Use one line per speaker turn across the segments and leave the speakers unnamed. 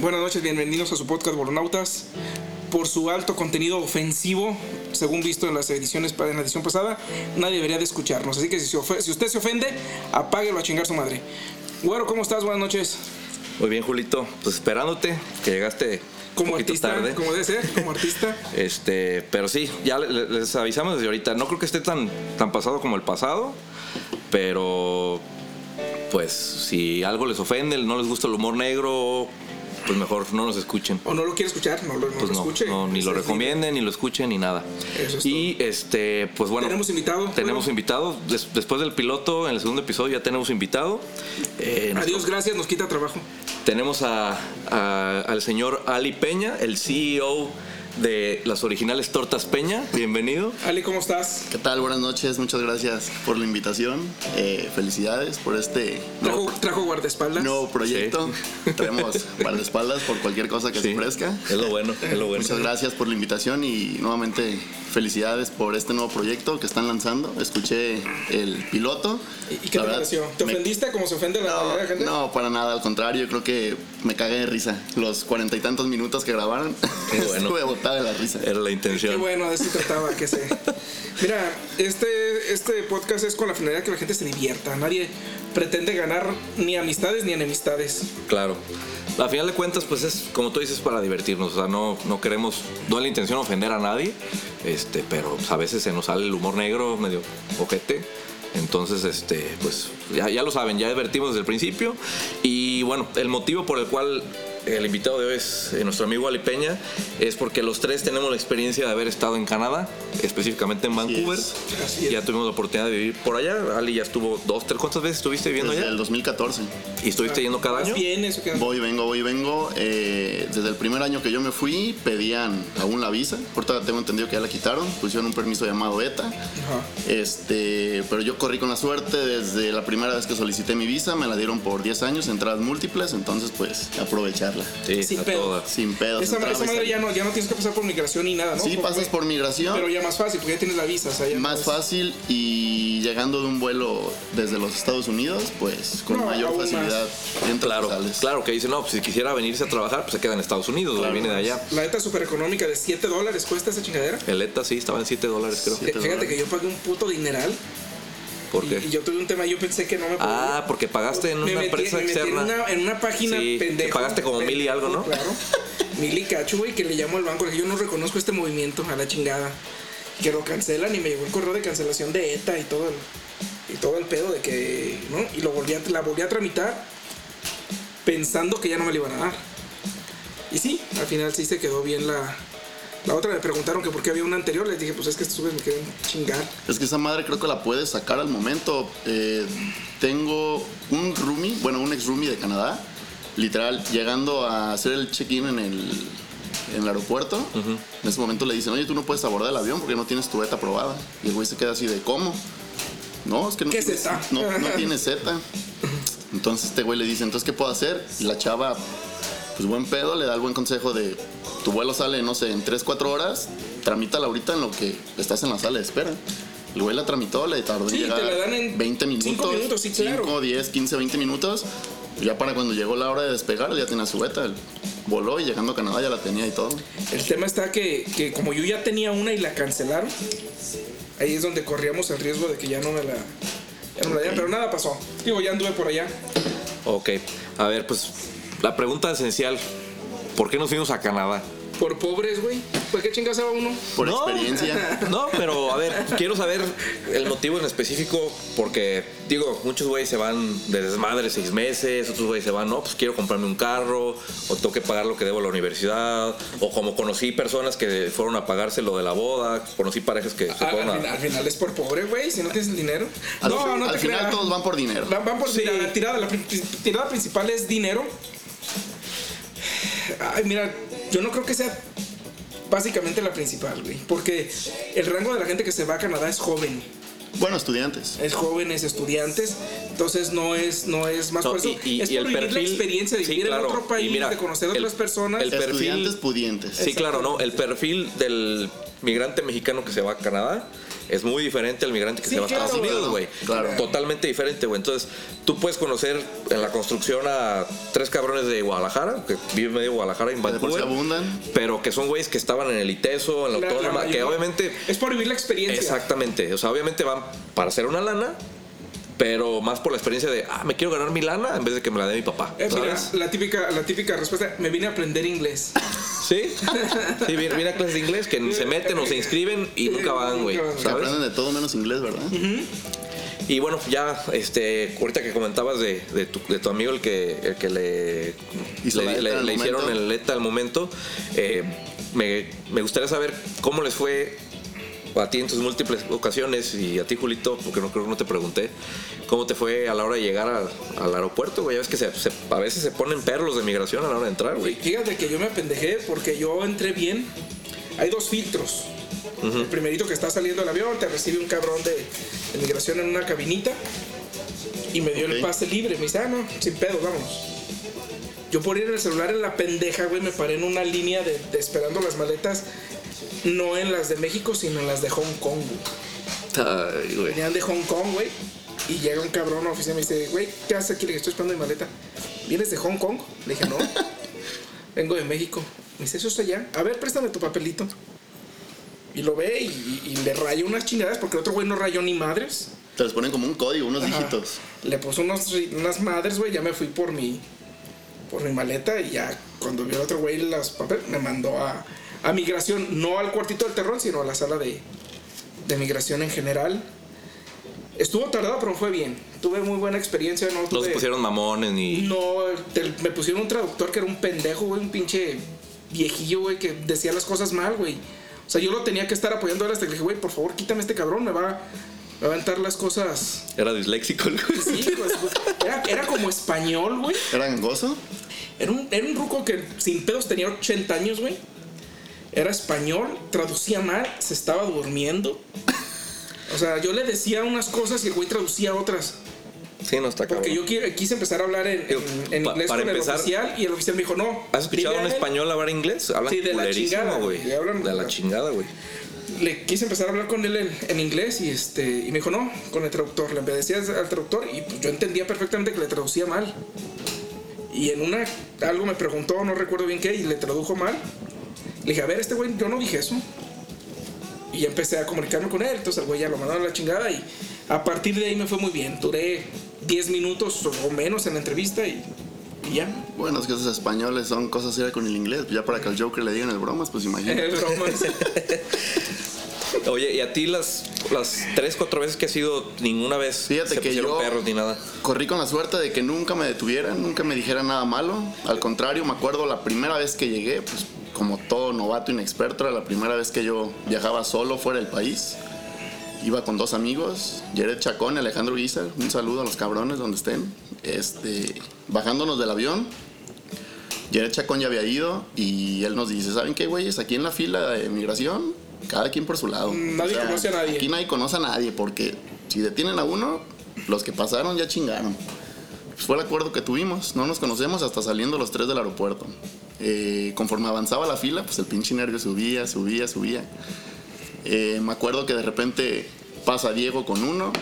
Buenas noches, bienvenidos a su podcast Boronautas. Por su alto contenido ofensivo, según visto en las ediciones en la edición pasada, nadie debería de escucharnos. Así que si, se ofe- si usted se ofende, apáguelo a chingar su madre. Güero, ¿cómo estás? Buenas noches.
Muy bien, Julito. Pues esperándote, que llegaste
Como
un poquito
artista,
tarde.
como debe ser, como artista.
Este, pero sí, ya le- le- les avisamos desde ahorita. No creo que esté tan, tan pasado como el pasado, pero pues si algo les ofende, no les gusta el humor negro, pues mejor no nos escuchen.
o no lo quiere escuchar, no lo, no
Pues
lo
no,
escuche.
no, ni lo
Entonces,
recomienden, ni lo escuchen, ni nada.
Eso es
y este, pues bueno.
Tenemos invitado.
Tenemos
Bueno,
invitado. Des- después del piloto, en el segundo episodio, ya tenemos invitado. Eh, nos
Adiós, gracias, nos quita trabajo.
tenemos a- a- al señor Ali Peña, el CEO de las originales Tortas Peña. Bienvenido.
Ale, ¿cómo estás?
¿Qué tal? Buenas noches, muchas gracias por la invitación. Eh, felicidades por este
Trajo,
nuevo,
trajo guardaespaldas.
nuevo proyecto. Traemos guardaespaldas por cualquier cosa que se ofrezca.
Es lo bueno, es lo bueno.
Muchas gracias por la invitación y nuevamente felicidades por este nuevo proyecto que están lanzando. Escuché el piloto.
¿Y y qué
La
te
verdad,
pareció? ¿Te
me-
ofendiste como se ofende la mayoría de la gente?
No, no, para nada, al contrario, yo creo que me cagué de risa. Los cuarenta y tantos minutos que grabaron,
Qué bueno.
estuve botada de la risa.
Era la
Qué
intención.
bueno, de eso trataba, que sé. Mira, este, este podcast es con la finalidad que la gente se divierta. Nadie pretende ganar ni amistades ni enemistades.
Claro. A final de cuentas, pues es como tú dices, para divertirnos. O sea, no, no queremos, no es la intención ofender a nadie, este, pero pues, a veces se nos sale el humor negro medio ojete. Entonces, este, pues ya, ya lo saben, ya divertimos desde el principio. Y bueno, el motivo por el cual el invitado de hoy es eh, nuestro amigo Ali Peña es porque los tres tenemos la experiencia de haber estado en Canadá, específicamente en Vancouver.
es.
Así es.
Ya tuvimos la oportunidad de vivir por allá. Ali ya estuvo dos, tres, ¿cuántas veces estuviste viviendo
Desde el
allá?
2014.
Y estuviste yendo cada
¿Vas
año.
bien eso que-
Voy, vengo, voy, vengo. Eh, desde el primer año que yo me fui, pedían aún la visa. Ahorita tengo entendido que ya la quitaron. Pusieron un permiso llamado ETA.
Ajá.
Este, pero yo corrí con la suerte desde la primera vez que solicité mi visa. Me la dieron por 10 años, entradas múltiples. Entonces, pues, aprovecharla.
Sí,
Sin
a
pedos.
todas.
Sin pedos.
Esa,
entraba
esa
y
madre
salía.
ya no, ya no tienes que pasar por migración ni nada, ¿no?
Sí, pasas por migración.
Pero ya más fácil, porque ya tienes la visa. o sea, ya
Más
puedes-
fácil y llegando de un vuelo desde los Estados Unidos, pues con
No,
mayor
aún más.
facilidad entras y
Claro,
sales.
claro que dice, no, pues, si quisiera venirse a trabajar, pues se queda en Estados Unidos, o viene de allá.
La neta super económica de 7 dólares cuesta esa chingadera.
El ETA sí estaba en 7 dólares, creo.
Que- Fíjate que yo pagué un puto dineral
¿Por
y,
qué?
y yo tuve un tema yo pensé que no me podía.
ah, porque pagaste en
me
una
metí,
empresa
me metí en,
externa.
una, en una página
Sí, que
pendejo.
pagaste como mil y algo, ¿no?
Claro. mil y cacho, güey, que le llamo al banco. Le dije, yo no reconozco este movimiento, a la chingada. Que lo cancelan y me llegó el correo de cancelación de ETA y todo el, y todo el pedo de que, ¿no? Y lo volví a, la volví a tramitar pensando que ya no me la iban a dar. Y sí, al final sí se quedó bien la... La otra me preguntaron que por qué había una anterior, les dije, pues es que estos güeyes me quieren chingar.
Es que esa madre creo que la puedes sacar al momento. Eh, tengo un roomie, bueno, un ex roomie de Canadá, literal, llegando a hacer el check-in en el, en el aeropuerto. En ese momento le dicen, oye, tú no puedes abordar el avión porque no tienes tu ETA aprobada. Y el güey se queda así de, ¿cómo? No, es que no
¿Qué
tienes-
zeta?
No, no tienes ETA. Entonces este güey le dice, entonces, ¿qué puedo hacer? Y la chava, pues buen pedo, le da el buen consejo de, tu vuelo sale, no sé, en 3, 4 horas, tramítala ahorita en lo que estás en la sala de espera. El güey la tramitó, le tardó
Sí,
en
te
llegar
la dan en
20 minutos,
cinco minutos, sí, claro.
5, 10, 15, 20 minutos. Ya para cuando llegó la hora de despegar, ya tenía su beta. Voló y llegando a Canadá ya la tenía y todo.
El tema está que, que como yo ya tenía una y la cancelaron, ahí es donde corríamos el riesgo de que ya no me la, ya no me la dieran, pero nada pasó. Digo, ya anduve por allá.
Ok, a ver, pues la pregunta esencial, ¿por qué nos fuimos a Canadá?
Por pobres, güey. Pues qué chingas va uno.
Por
No.
experiencia.
No, pero a ver, quiero saber el motivo en específico, porque digo, muchos güeyes se van de desmadre seis meses, otros güeyes se van, no, pues quiero comprarme un carro, o tengo que pagar lo que debo a la universidad, o como conocí personas que fueron a pagarse lo de la boda, conocí parejas que se
Ah,
Al,
fueron
Ah, al final,
a...
al final es por pobre, güey, si no tienes el dinero.
Al,
no, no
al
te
final
creas.
todos van por dinero.
Van- van por
Sí.
tirada, la tirada. La pri- tirada principal es dinero. Ay, mira, yo no creo que sea básicamente la principal, güey. Porque el rango de la gente que se va a Canadá es joven.
Bueno, estudiantes.
es jóvenes estudiantes entonces no es no es más
No,
por eso
y- y-
es
y
por
el
vivir la
perfil-
experiencia de
sí,
vivir
claro,
en otro
y
país
mira,
de conocer a
el-
otras personas
el- perfil-
Estudiantes pudientes.
Sí, claro, no. El perfil del migrante mexicano que se va a Canadá es muy diferente al migrante que
Sí,
se va a Estados
claro,
Unidos,
claro,
güey.
claro.
Totalmente diferente, güey. Entonces, tú puedes conocer en la construcción a tres cabrones de Guadalajara, que viven medio Guadalajara y en
Que de por sí
Vancouver,
abundan.
pero que son güeyes que estaban en el ITESO, en
La-
la,
la
Autónoma, que
mayoría.
obviamente
Es por vivir la experiencia.
Exactamente. O sea, obviamente van para hacer una lana, pero más por la experiencia de, ah, me quiero ganar mi lana en vez de que me la dé mi papá.
Eh, mira,
¿sabes?
la típica, la típica respuesta, me vine a aprender inglés.
Sí. Sí, mira, mira clases de inglés que se meten o se inscriben y nunca van, güey.
Nunca van.
Que
¿Sabes?
aprenden de todo menos inglés, ¿verdad?
Y bueno, ya, este, ahorita que comentabas de, de tu, de tu amigo, el que, el que le,
Hizo la
le,
ETA
le-
al
le hicieron
momento.
el ETA al momento, eh, me, me gustaría saber cómo les fue a ti en tus múltiples ocasiones y a ti, Julito, porque no creo que no te pregunté, cómo te fue a la hora de llegar a- al aeropuerto, güey. Ya ves que se- se- a veces se ponen perros de migración a la hora de entrar, güey.
Fíjate que yo me apendejé porque yo entré bien. Hay dos filtros. El primerito que está saliendo del avión, te recibe un cabrón de inmigración en una cabinita y me dio el
Ok.
pase libre. Me dice, ah, no, sin pedo, vámonos. Yo por ir en el celular en la pendeja, güey, me paré en una línea de, de esperando las maletas, no en las de México, sino en las de Hong Kong, güey.
Ay, güey.
Venían de Hong Kong, güey. Y llega un cabrón a la oficina y me dice, güey, ¿qué haces aquí? Le dije, estoy esperando mi maleta. ¿Vienes de Hong Kong? Le dije, no. Vengo de México. Me dice, eso está allá. A ver, préstame tu papelito. Y lo ve y, y- y le rayó unas chingadas porque el otro güey no rayó ni madres.
Te les ponen como un código, unos
Ajá.
dígitos.
Le puso unos ri- unas madres, güey. Ya me fui por mi, por mi maleta y ya cuando vio el otro güey los papeles, me mandó a, a migración, no al cuartito del terror, sino a la sala de, de migración en general. Estuvo tardado, pero fue bien. Tuve muy buena experiencia. No,
No se
tuve-
pusieron mamones ni...
no, te- me pusieron un traductor que era un pendejo, güey, un pinche viejillo, güey, que decía las cosas mal, güey. O sea, yo lo tenía que estar apoyando hasta que le dije, güey, por favor, quítame a este cabrón, me va, me va a aventar las cosas
Era disléxico, el güey.
Sí, pues, güey. era, era como español, güey.
¿Era gangoso?
Era un, era un ruco que sin pedos tenía 80 años, güey. Era español, traducía mal, se estaba durmiendo. O sea, yo le decía unas cosas y el güey traducía otras.
Sí, no está cabrón.
Porque yo qui- quise empezar a hablar en,
Digo,
en- en
pa-
inglés
para
con
empezar-
el oficial y el oficial me dijo, no.
¿Has escuchado a
dile
un
a él".
español hablar inglés? Hablan
Sí, de la
culerísimo,
chingada,
güey.
güey, hablan-
De la chingada, güey.
Le quise empezar a hablar con él en, en inglés y, este, y me dijo, no, con el traductor. Le empecé al traductor y pues, yo entendía perfectamente que le traducía mal. Y en una, algo me preguntó, no recuerdo bien qué, y le tradujo mal. Le dije, a ver, este güey, yo no dije eso. Y ya empecé a comunicarme con él. Entonces el güey ya lo mandaron a la chingada. Y a partir de ahí me fue muy bien. Duré 10 minutos o menos en la entrevista y, y ya.
Bueno, es que esos españoles son cosas serias con el inglés. Ya para que al Joker le digan el bromas, pues imagínate.
Bromas.
Oye, ¿y a ti las, las tres, cuatro veces que has ido, ninguna vez
Fíjate
se
que
pusieron
yo-
perros ni nada?
Corrí con la suerte de que nunca me detuvieran, nunca me dijeran nada malo. Al contrario, me acuerdo la primera vez que llegué, pues como todo novato inexperto, era la primera vez que yo viajaba solo fuera del país. Iba con dos amigos, Jared Chacón y Alejandro Guizar. Un saludo a los cabrones donde estén. Este, bajándonos del avión, Jared Chacón ya había ido y él nos dice, ¿saben qué, güeyes? Aquí en la fila de migración, cada quien por su lado.
Mm, Nadie conoce a nadie.
Aquí nadie conoce a nadie porque si detienen a uno, los que pasaron ya chingaron. Pues fue el acuerdo que tuvimos. No nos conocemos hasta saliendo los tres del aeropuerto. Eh, conforme avanzaba la fila, pues el pinche nervio subía, subía, subía. Eh, me acuerdo que de repente pasa Diego con uno,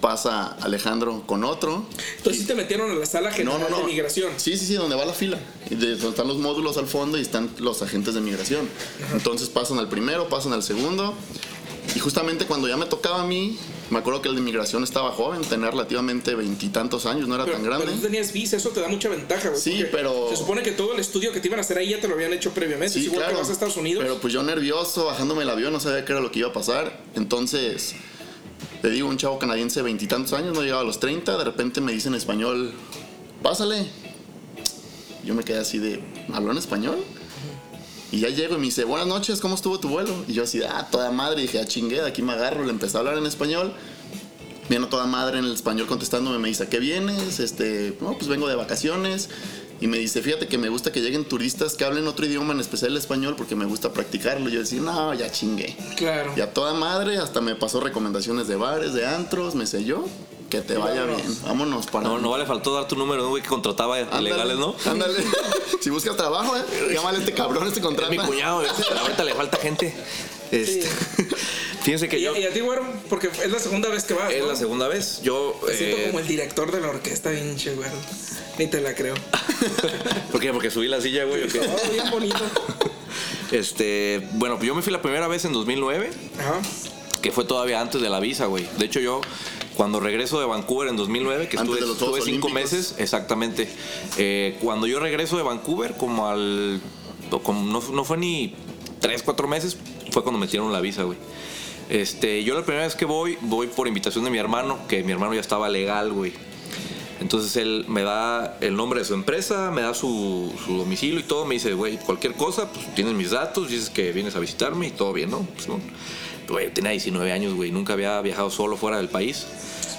pasa Alejandro con otro.
Entonces sí te metieron a la sala general de migración.
Sí, sí, sí, donde va la fila. Y de- donde están los módulos al fondo y están los agentes de migración. Entonces pasan al primero, pasan al segundo. Y justamente cuando ya me tocaba a mí, me acuerdo que el de migración estaba joven, tenía relativamente veintitantos años, no era
Pero,
tan
pero tú
grande.
tenías visa, eso te da mucha ventaja, güey.
Sí,
porque
pero-
Se supone que todo el estudio que te iban a hacer ahí ya te lo habían hecho previamente. es
Sí,
igual
claro.
que vas a Estados Unidos.
Pero pues yo nervioso, bajándome el avión, no sabía qué era lo que iba a pasar. Entonces, te digo, un chavo canadiense de veintitantos años, no llegaba a los 30, de repente me dice en español, pásale. Yo me quedé así de, ¿habló en español? Y ya llego y me dice, buenas noches, ¿cómo estuvo tu vuelo? Y yo así, ah, toda madre, dije, ah, chingue, de aquí me agarro, le empecé a hablar en español. Viene toda madre en el español contestándome, me dice, ¿a qué vienes? Este, no, pues vengo de vacaciones. Y me dice, fíjate que me gusta que lleguen turistas que hablen otro idioma, en especial el español, porque me gusta practicarlo. Y yo decía, no, ya chingué.
claro.
Y a toda madre, hasta me pasó recomendaciones de bares, de antros, me sé yo. Que te vaya
vámonos.
bien. Vámonos para.
No, no vale, faltó dar tu número, ¿no, güey, que contrataba
Ándale,
ilegales, ¿no?
Ándale. si buscas trabajo, eh, llámale a este cabrón, este
Es
contrato.
mi cuñado, güey. ahorita le falta gente. Este, Fíjense que
y,
yo.
y a ti, güero, porque es la segunda vez que vas.
Es
¿no?
la segunda vez. Yo.
Me siento
eh,
como el director de la orquesta, pinche, güero. Ni te la creo.
¿Por qué? Porque subí la silla, güey. ¿o qué?
Todo bien bonito.
Este, bueno, pues yo me fui la primera vez en 2009,
Ajá.
que fue todavía antes de la visa, güey. De hecho, yo cuando regreso de Vancouver en 2009, que
Antes
estuve,
de los Juegos
estuve cinco
Olímpicos.
meses, exactamente. eh, cuando yo regreso de Vancouver, como al. o como- no, no fue ni tres, cuatro meses, fue cuando metieron la visa, güey. Este, yo la primera vez que voy, voy por invitación de mi hermano, que mi hermano ya estaba legal, güey. Entonces él me da el nombre de su empresa, me da su, su domicilio y todo. Me dice, güey, cualquier cosa, pues tienes mis datos, dices que vienes a visitarme y todo bien, ¿no? Pues, no. Güey, tenía 19 años, güey, nunca había viajado solo fuera del país.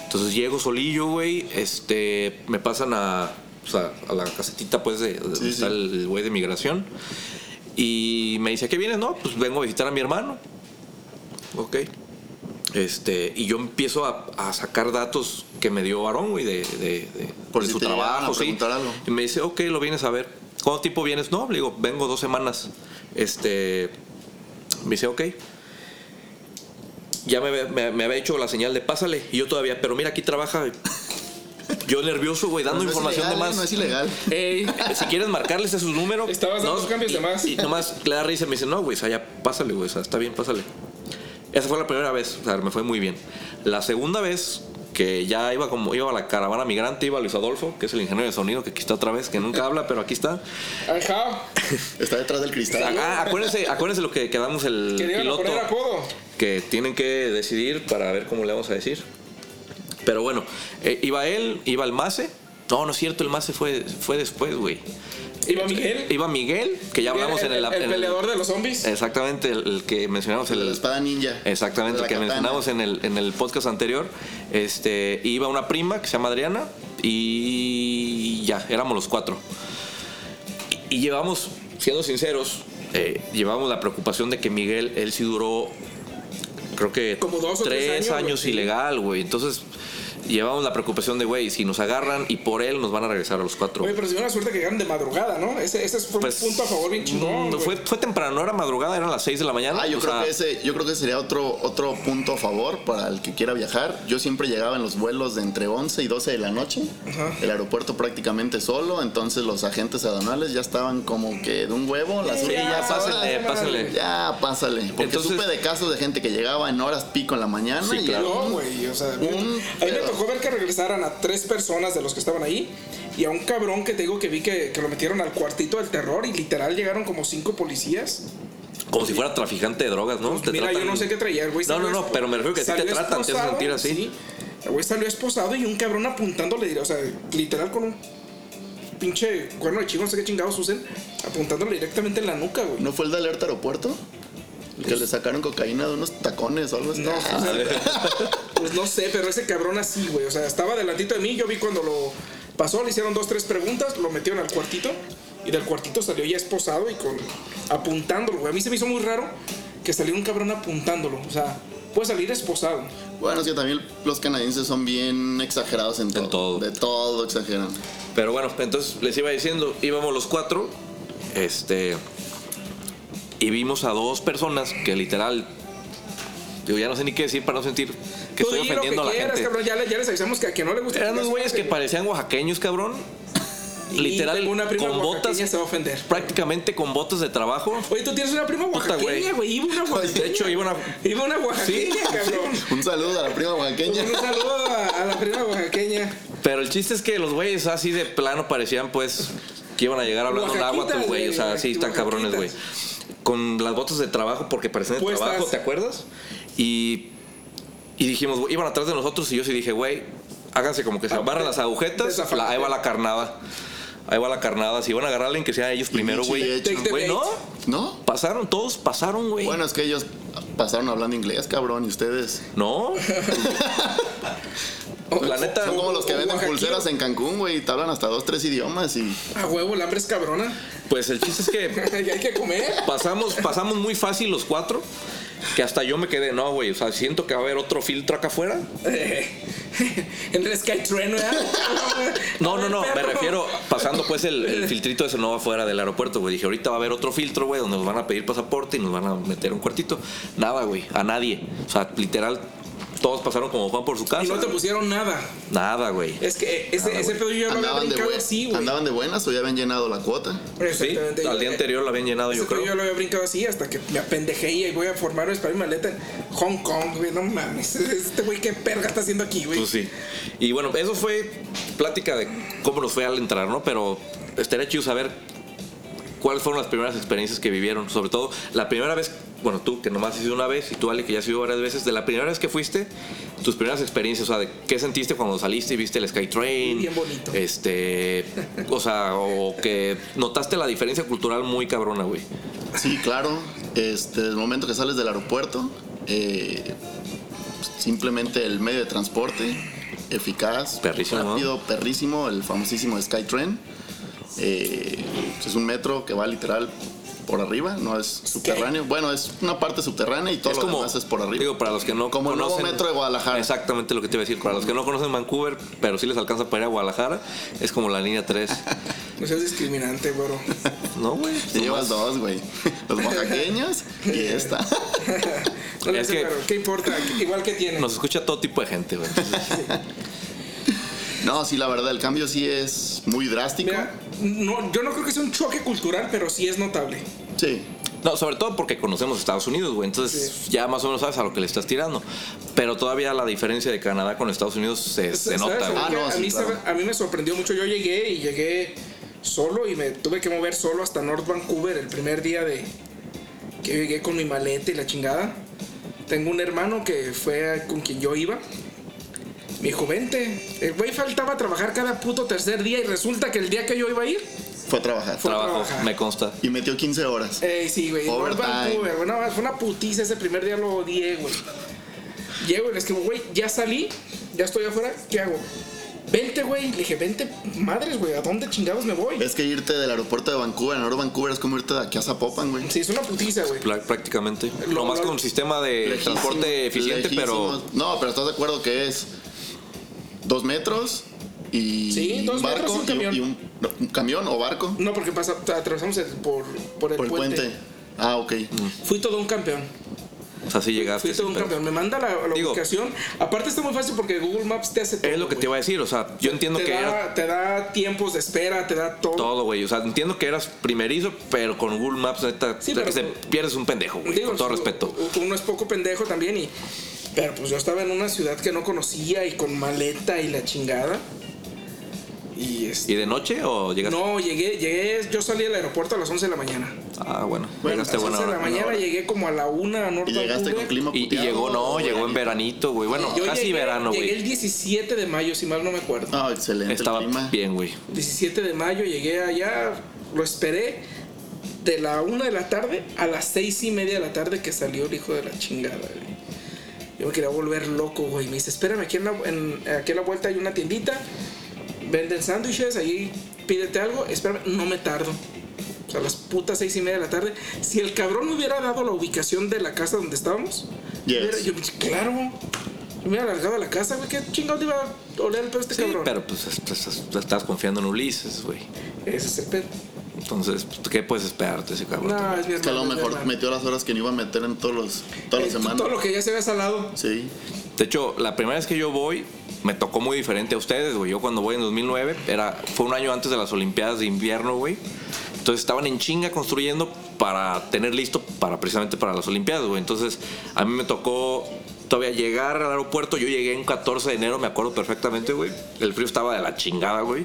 Entonces llego solillo, güey, este, me pasan a, o sea, a la casetita, pues, de, de donde
Sí,
está
sí.
el güey de migración. Y me dice, ¿a qué vienes? No, pues vengo a visitar a mi hermano. Ok. Este, y yo empiezo a, a sacar datos que me dio Varón, güey, de, de- de-
Por
de
si
su
te llegaban a
trabajo. sí.
preguntar algo.
Y me dice, ok, lo vienes a ver. ¿Cuánto tiempo vienes? No, le digo, vengo dos semanas. Este, me dice, ok. Ya me, había- me- me había hecho la señal de pásale. Y yo todavía, pero mira, aquí trabaja. Yo nervioso, güey, dando
No es
información
ilegal,
de
¿eh?
más.
No es ilegal.
Ey, si quieres marcarles a sus números.
Estabas dando cambios
y,
de más.
Y nomás le da risa y me dice, no, güey, o sea, ya pásale, güey, o sea, está bien, pásale. Esa fue la primera vez, o sea, me fue muy bien. La segunda vez que ya iba como iba a la caravana migrante, iba Luis Adolfo, que es el ingeniero de sonido que aquí está otra vez, que nunca habla, pero aquí está.
Ajá.
Está detrás del cristal.
Ah, acuérdense, acuérdense lo que quedamos el
Que le iban a
piloto
poner apodo.
que tienen que decidir para ver cómo le vamos a decir. Pero bueno, eh, iba él, iba el Mase. No, no es cierto, el Mase fue, fue después, güey.
¿Iba Miguel?
Iba Miguel, que ya hablamos
el,
en el...
el
en el-
peleador de los zombies.
exactamente, el, el que mencionamos
La
el...
espada ninja.
Exactamente,
La
que
katana.
mencionamos en el, en el podcast anterior. Este, iba una prima que se llama Adriana y ya, éramos los cuatro. Y, y llevamos, siendo sinceros, eh, llevamos la preocupación de que Miguel, él sí duró, creo que
Como dos o tres años, güey,
años
sí.
ilegal, güey. Entonces, llevamos la preocupación de, güey, si nos agarran y por él nos van a regresar a los cuatro.
Oye, pero si una suerte que ganan de madrugada, ¿no? Ese, ese fue
Pues,
un punto a favor bien chingón.
mm,
güey.
fue, fue temprano, no era madrugada, eran las seis de la mañana.
Ah, yo
o
creo
sea,
que ese, yo creo que sería otro, otro punto a favor para el que quiera viajar. Yo siempre llegaba en los vuelos de entre 11 y 12 de la noche.
Ajá.
El aeropuerto prácticamente solo, entonces los agentes aduanales ya estaban como que de un huevo, las
Sí,
Sí,
últimas
ya,
Ah,
pásenle,
órale.
pásenle.
Ya, pásale. Porque
Entonces-
supe de casos de gente que llegaba en horas pico en la mañana
Sí,
y
claro.
era
No,
un-
güey, o sea, a
un-
mí me tocó ver que regresaran a tres personas de los que estaban ahí y a un cabrón que te digo que vi que, que lo metieron al cuartito del terror y literal llegaron como cinco policías.
Como si fuera traficante de drogas, ¿no? Te
Mira,
tratan-
yo no sé qué traía el güey.
No,
salió
no, no,
espo-
pero me refiero que a ti te
salió
tratan, te hacen
esposado,
sentir así.
sí. El güey salió esposado y un cabrón apuntándole, o sea, literal con un pinche cuerno de chivo, no sé qué chingados usen, apuntándole directamente en la nuca, güey.
¿No fue el de alerta aeropuerto? El que le sacaron cocaína de unos tacones o algo así.
No, o sea, pues no sé, pero ese cabrón así, güey. O sea, estaba delantito de mí, yo vi cuando lo pasó, le hicieron dos, tres preguntas, lo metieron al cuartito y del cuartito salió ya esposado y con apuntándolo, güey. A mí se me hizo muy raro que saliera un cabrón apuntándolo. O sea, puede salir esposado.
Bueno, es que también los canadienses son bien exagerados en todo.
todo.
De todo exageran.
Pero bueno, entonces les iba diciendo, íbamos los cuatro, este, y vimos a dos personas que literal, yo ya no sé ni qué decir para no sentir que
Tú
estoy
di lo
ofendiendo
que
a la
quieras,
gente.
cabrón, ya, le- ya les avisamos que a quien no le gusta.
Eran dos
chingarse,
güeyes que parecían oaxaqueños, cabrón.
Y
literal,
tengo una prima
con botas,
oaxaqueña, se va a ofender.
prácticamente con botas de trabajo.
Oye, tú tienes una prima
Puta, güey.
oaxaqueña, güey. Iba una oaxaqueña.
De hecho, iba una...
Iba una oaxaqueña, cabrón.
Un saludo a la prima oaxaqueña.
Un saludo a, a la prima oaxaqueña.
Pero el chiste es que los güeyes así de plano parecían pues que iban a llegar hablando de agua,
Oaxaquitas,
güey. O sea,
güey,
sí, están cabrones, güey. Con las botas de trabajo porque parecían de
Puestas.
trabajo, ¿te acuerdas? Y, y dijimos, güey, iban atrás de nosotros y yo sí dije, güey, háganse como que
Ah,
se amarran las agujetas,
Desafate.
la- ahí va la carnada. Ahí va la carnada. Si van a agarrar a alguien que sea ellos primero,
pinche
güey.
leche.
Take the
Güey,
bait.
no.
¿No?
Pasaron, todos pasaron, güey.
Bueno, es que ellos pasaron hablando inglés, cabrón, y ustedes.
No. la neta.
Son como los que venden
Oaxaqueño.
pulseras en Cancún, güey, y te hablan hasta dos, tres idiomas y.
A huevo, el hambre es cabrona.
Pues el chiste es que
y hay que comer.
pasamos, pasamos muy fácil los cuatro. que hasta yo me quedé, no, güey, o sea, siento que va a haber otro filtro acá afuera.
Eh, en el Skytrain, ¿verdad?
No, no, no, me
Perro.
refiero pasando pues el, el filtrito ese no afuera del aeropuerto, güey. Dije, ahorita va a haber otro filtro, güey, donde nos van a pedir pasaporte y nos van a meter un cuartito. Nada, güey, a nadie. O sea, literal, todos pasaron como Juan por su casa.
Y no te pusieron nada.
Nada, güey.
Es que ese, ese pedo yo ya lo había
Andaban de,
brincado
buen-
así, güey.
andaban de buenas o ya habían llenado la cuota.
Sí,
Exactamente.
al
Yo-
día anterior la habían llenado,
ese
yo
pedo
creo.
yo lo había brincado así hasta que me apendejé y ahí voy a formar un para mi maleta en Hong Kong, güey. No mames. Este güey, qué perga está haciendo aquí, güey.
Pues sí. Y bueno, eso fue plática de cómo nos fue al entrar, ¿no? Pero estaría chido saber cuáles fueron las primeras experiencias que vivieron. Sobre todo, la primera vez, bueno, tú que nomás has ido una vez y tú, Ale, que ya has ido varias veces, de la primera vez que fuiste, tus primeras experiencias, o sea, de qué sentiste cuando saliste y viste el Skytrain.
Bien bonito.
Este, o sea, o que notaste la diferencia cultural muy cabrona, güey.
Sí, claro. Este, el momento que sales del aeropuerto, eh, simplemente el medio de transporte eficaz,
Perrísimo, ¿no?
rápido, perrísimo, el famosísimo Skytrain. Eh, es un metro que va literal por arriba, no es subterráneo. Bueno, es una parte subterránea y todo lo demás es por arriba.
Digo, para los que no
Como el nuevo
conocen-
metro de Guadalajara.
Exactamente lo que te iba a decir. Para los que no conocen Vancouver, pero sí les alcanza para ir a Guadalajara, es como la línea 3.
No seas discriminante, bro.
no, güey.
Te llevas dos, güey. Los oaxaqueños y esta.
No le
Es
hace,
que-
pero ¿Qué importa? Igual que tiene.
Nos escucha todo tipo de gente, güey. Entonces,
No, sí, la verdad, el cambio sí es muy drástico.
Mira, no, yo no creo que sea un choque cultural, pero sí es notable.
Sí.
No, sobre todo porque conocemos Estados Unidos, güey. Entonces ya más o menos sabes a lo que le estás tirando. Pero todavía la diferencia de Canadá con Estados Unidos se, se
¿Sabes?
nota, güey.
Ah, no,
a,
sí,
mí
claro.
sabe- a mí me sorprendió mucho. Yo llegué y llegué solo y me tuve que mover solo hasta North Vancouver el primer día de que llegué con mi maleta y la chingada. Tengo un hermano que fue con quien yo iba. Me dijo, vente. El güey faltaba a trabajar cada puto tercer día y resulta que el día que yo iba a ir.
Fue a trabajar.
Fue-
Trabajo,
trabajar.
me consta.
Y metió 15 horas.
Eh, sí, güey. North
Overtime.
Vancouver. Bueno, fue una putiza ese primer día, lo odié, güey. Llego y le escribo, güey, ya salí, ya estoy afuera, ¿qué hago? Vente, güey. Le dije, vente, madres, güey, ¿a dónde chingados me voy?
Es que irte del aeropuerto de Vancouver a North Vancouver es como irte de aquí a Zapopan, güey.
Sí, es una putiza, güey.
Pla- Prácticamente.
Lo-
Lo más
lo-
con un sistema de
Lejísimo,
transporte eficiente, pero.
lejísimo. No, pero estás de acuerdo que es dos metros y
Sí, dos
un
metros
barco
y un camión.
y un, no, un camión o barco
No, porque pasa, atravesamos el- por, por el
por el
puente.
puente. Ah, ok.
Fui todo un campeón.
O sea, Ah, sí llegaste.
Fui todo
sin
un
pedos.
campeón. Me manda la, la
Digo-
ubicación. Aparte está muy fácil porque Google Maps te hace todo.
Es lo que te
güey.
iba a decir, o sea, yo entiendo
te
que
da,
era
te da tiempos de espera, te da todo.
todo, güey. O sea, entiendo que eras primerizo, pero con Google Maps, neta,
Sí,
o sea, que
pero-
se pierdes un pendejo, güey.
Digo,
Con todo
u-
respeto.
u- Uno es poco pendejo también y... Pero pues yo estaba en una ciudad que no conocía y con maleta y la chingada. Y este...
¿Y de noche o llegaste?
No, llegué, llegué, yo salí del aeropuerto a las 11 de la mañana.
Ah, bueno,
Bueno,
llegaste
a las
buena
11 de la
hora.
mañana
hora.
llegué como a la 1 a North
Y llegaste con
Vancouver.
clima
Y, y
puteado.
llegó, no,
güey.
llegó en veranito, güey. Bueno,
Yo
casi
llegué-
verano,
Llegué el
güey.
17 de mayo, si mal no me acuerdo.
Ah, excelente. el
Estaba
clima.
bien, güey.
17 de mayo llegué allá, lo esperé de la 1 de la tarde a las 6 y media de la tarde que salió el hijo de la chingada, güey. Yo me quería volver loco, güey. Me dice, espérame, aquí, en la, en- aquí a la vuelta hay una tiendita, venden sándwiches, ahí pídete algo, espérame, no me tardo. O sea, a las putas seis y media de la tarde. Si el cabrón me hubiera dado la ubicación de la casa donde estábamos,
Yes.
hubiera- yo me dije, claro, yo me hubiera alargado a la casa, güey, qué chingado iba a oler el pedo este
Sí,
cabrón.
pero pues es- pues, es- estás confiando en Ulises, güey.
Ese es el pedo.
Entonces, pues, ¿qué puedes esperarte ese cabrón?
No, es mi
Es que a
hermano,
lo
es mi
mejor
hermano.
metió las horas que no iba a meter en todos los, todas las
Eh,
semanas.
Todo lo que ya se había salado.
Sí.
De hecho, la primera vez que yo voy, me tocó muy diferente a ustedes, güey. Yo cuando voy en 2009, era, fue un año antes de las Olimpiadas de invierno, güey. Entonces estaban en chinga construyendo para tener listo para precisamente para las Olimpiadas, güey. Entonces a mí me tocó todavía llegar al aeropuerto. Yo llegué en 14 de enero, me acuerdo perfectamente, güey. El frío estaba de la chingada, güey.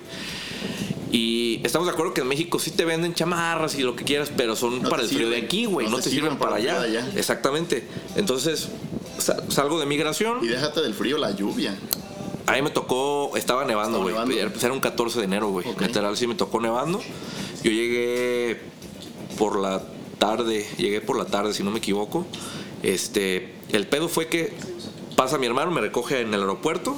Y estamos de acuerdo que en México sí te venden chamarras y lo que quieras, pero son
No
para
te
el frío de
sirven.
aquí, güey. No, te, sirven, para allá.
el frío de allá.
Exactamente. Entonces sa- salgo de migración.
Y déjate del frío, la lluvia.
A mí me tocó, estaba nevando, güey. Pues,
Estaba nevando.
Era un 14 de enero, güey.
Ok.
Literal, sí me tocó nevando. Yo llegué por la tarde, llegué por la tarde, si no me equivoco. Este, el pedo fue que pasa mi hermano, me recoge en el aeropuerto.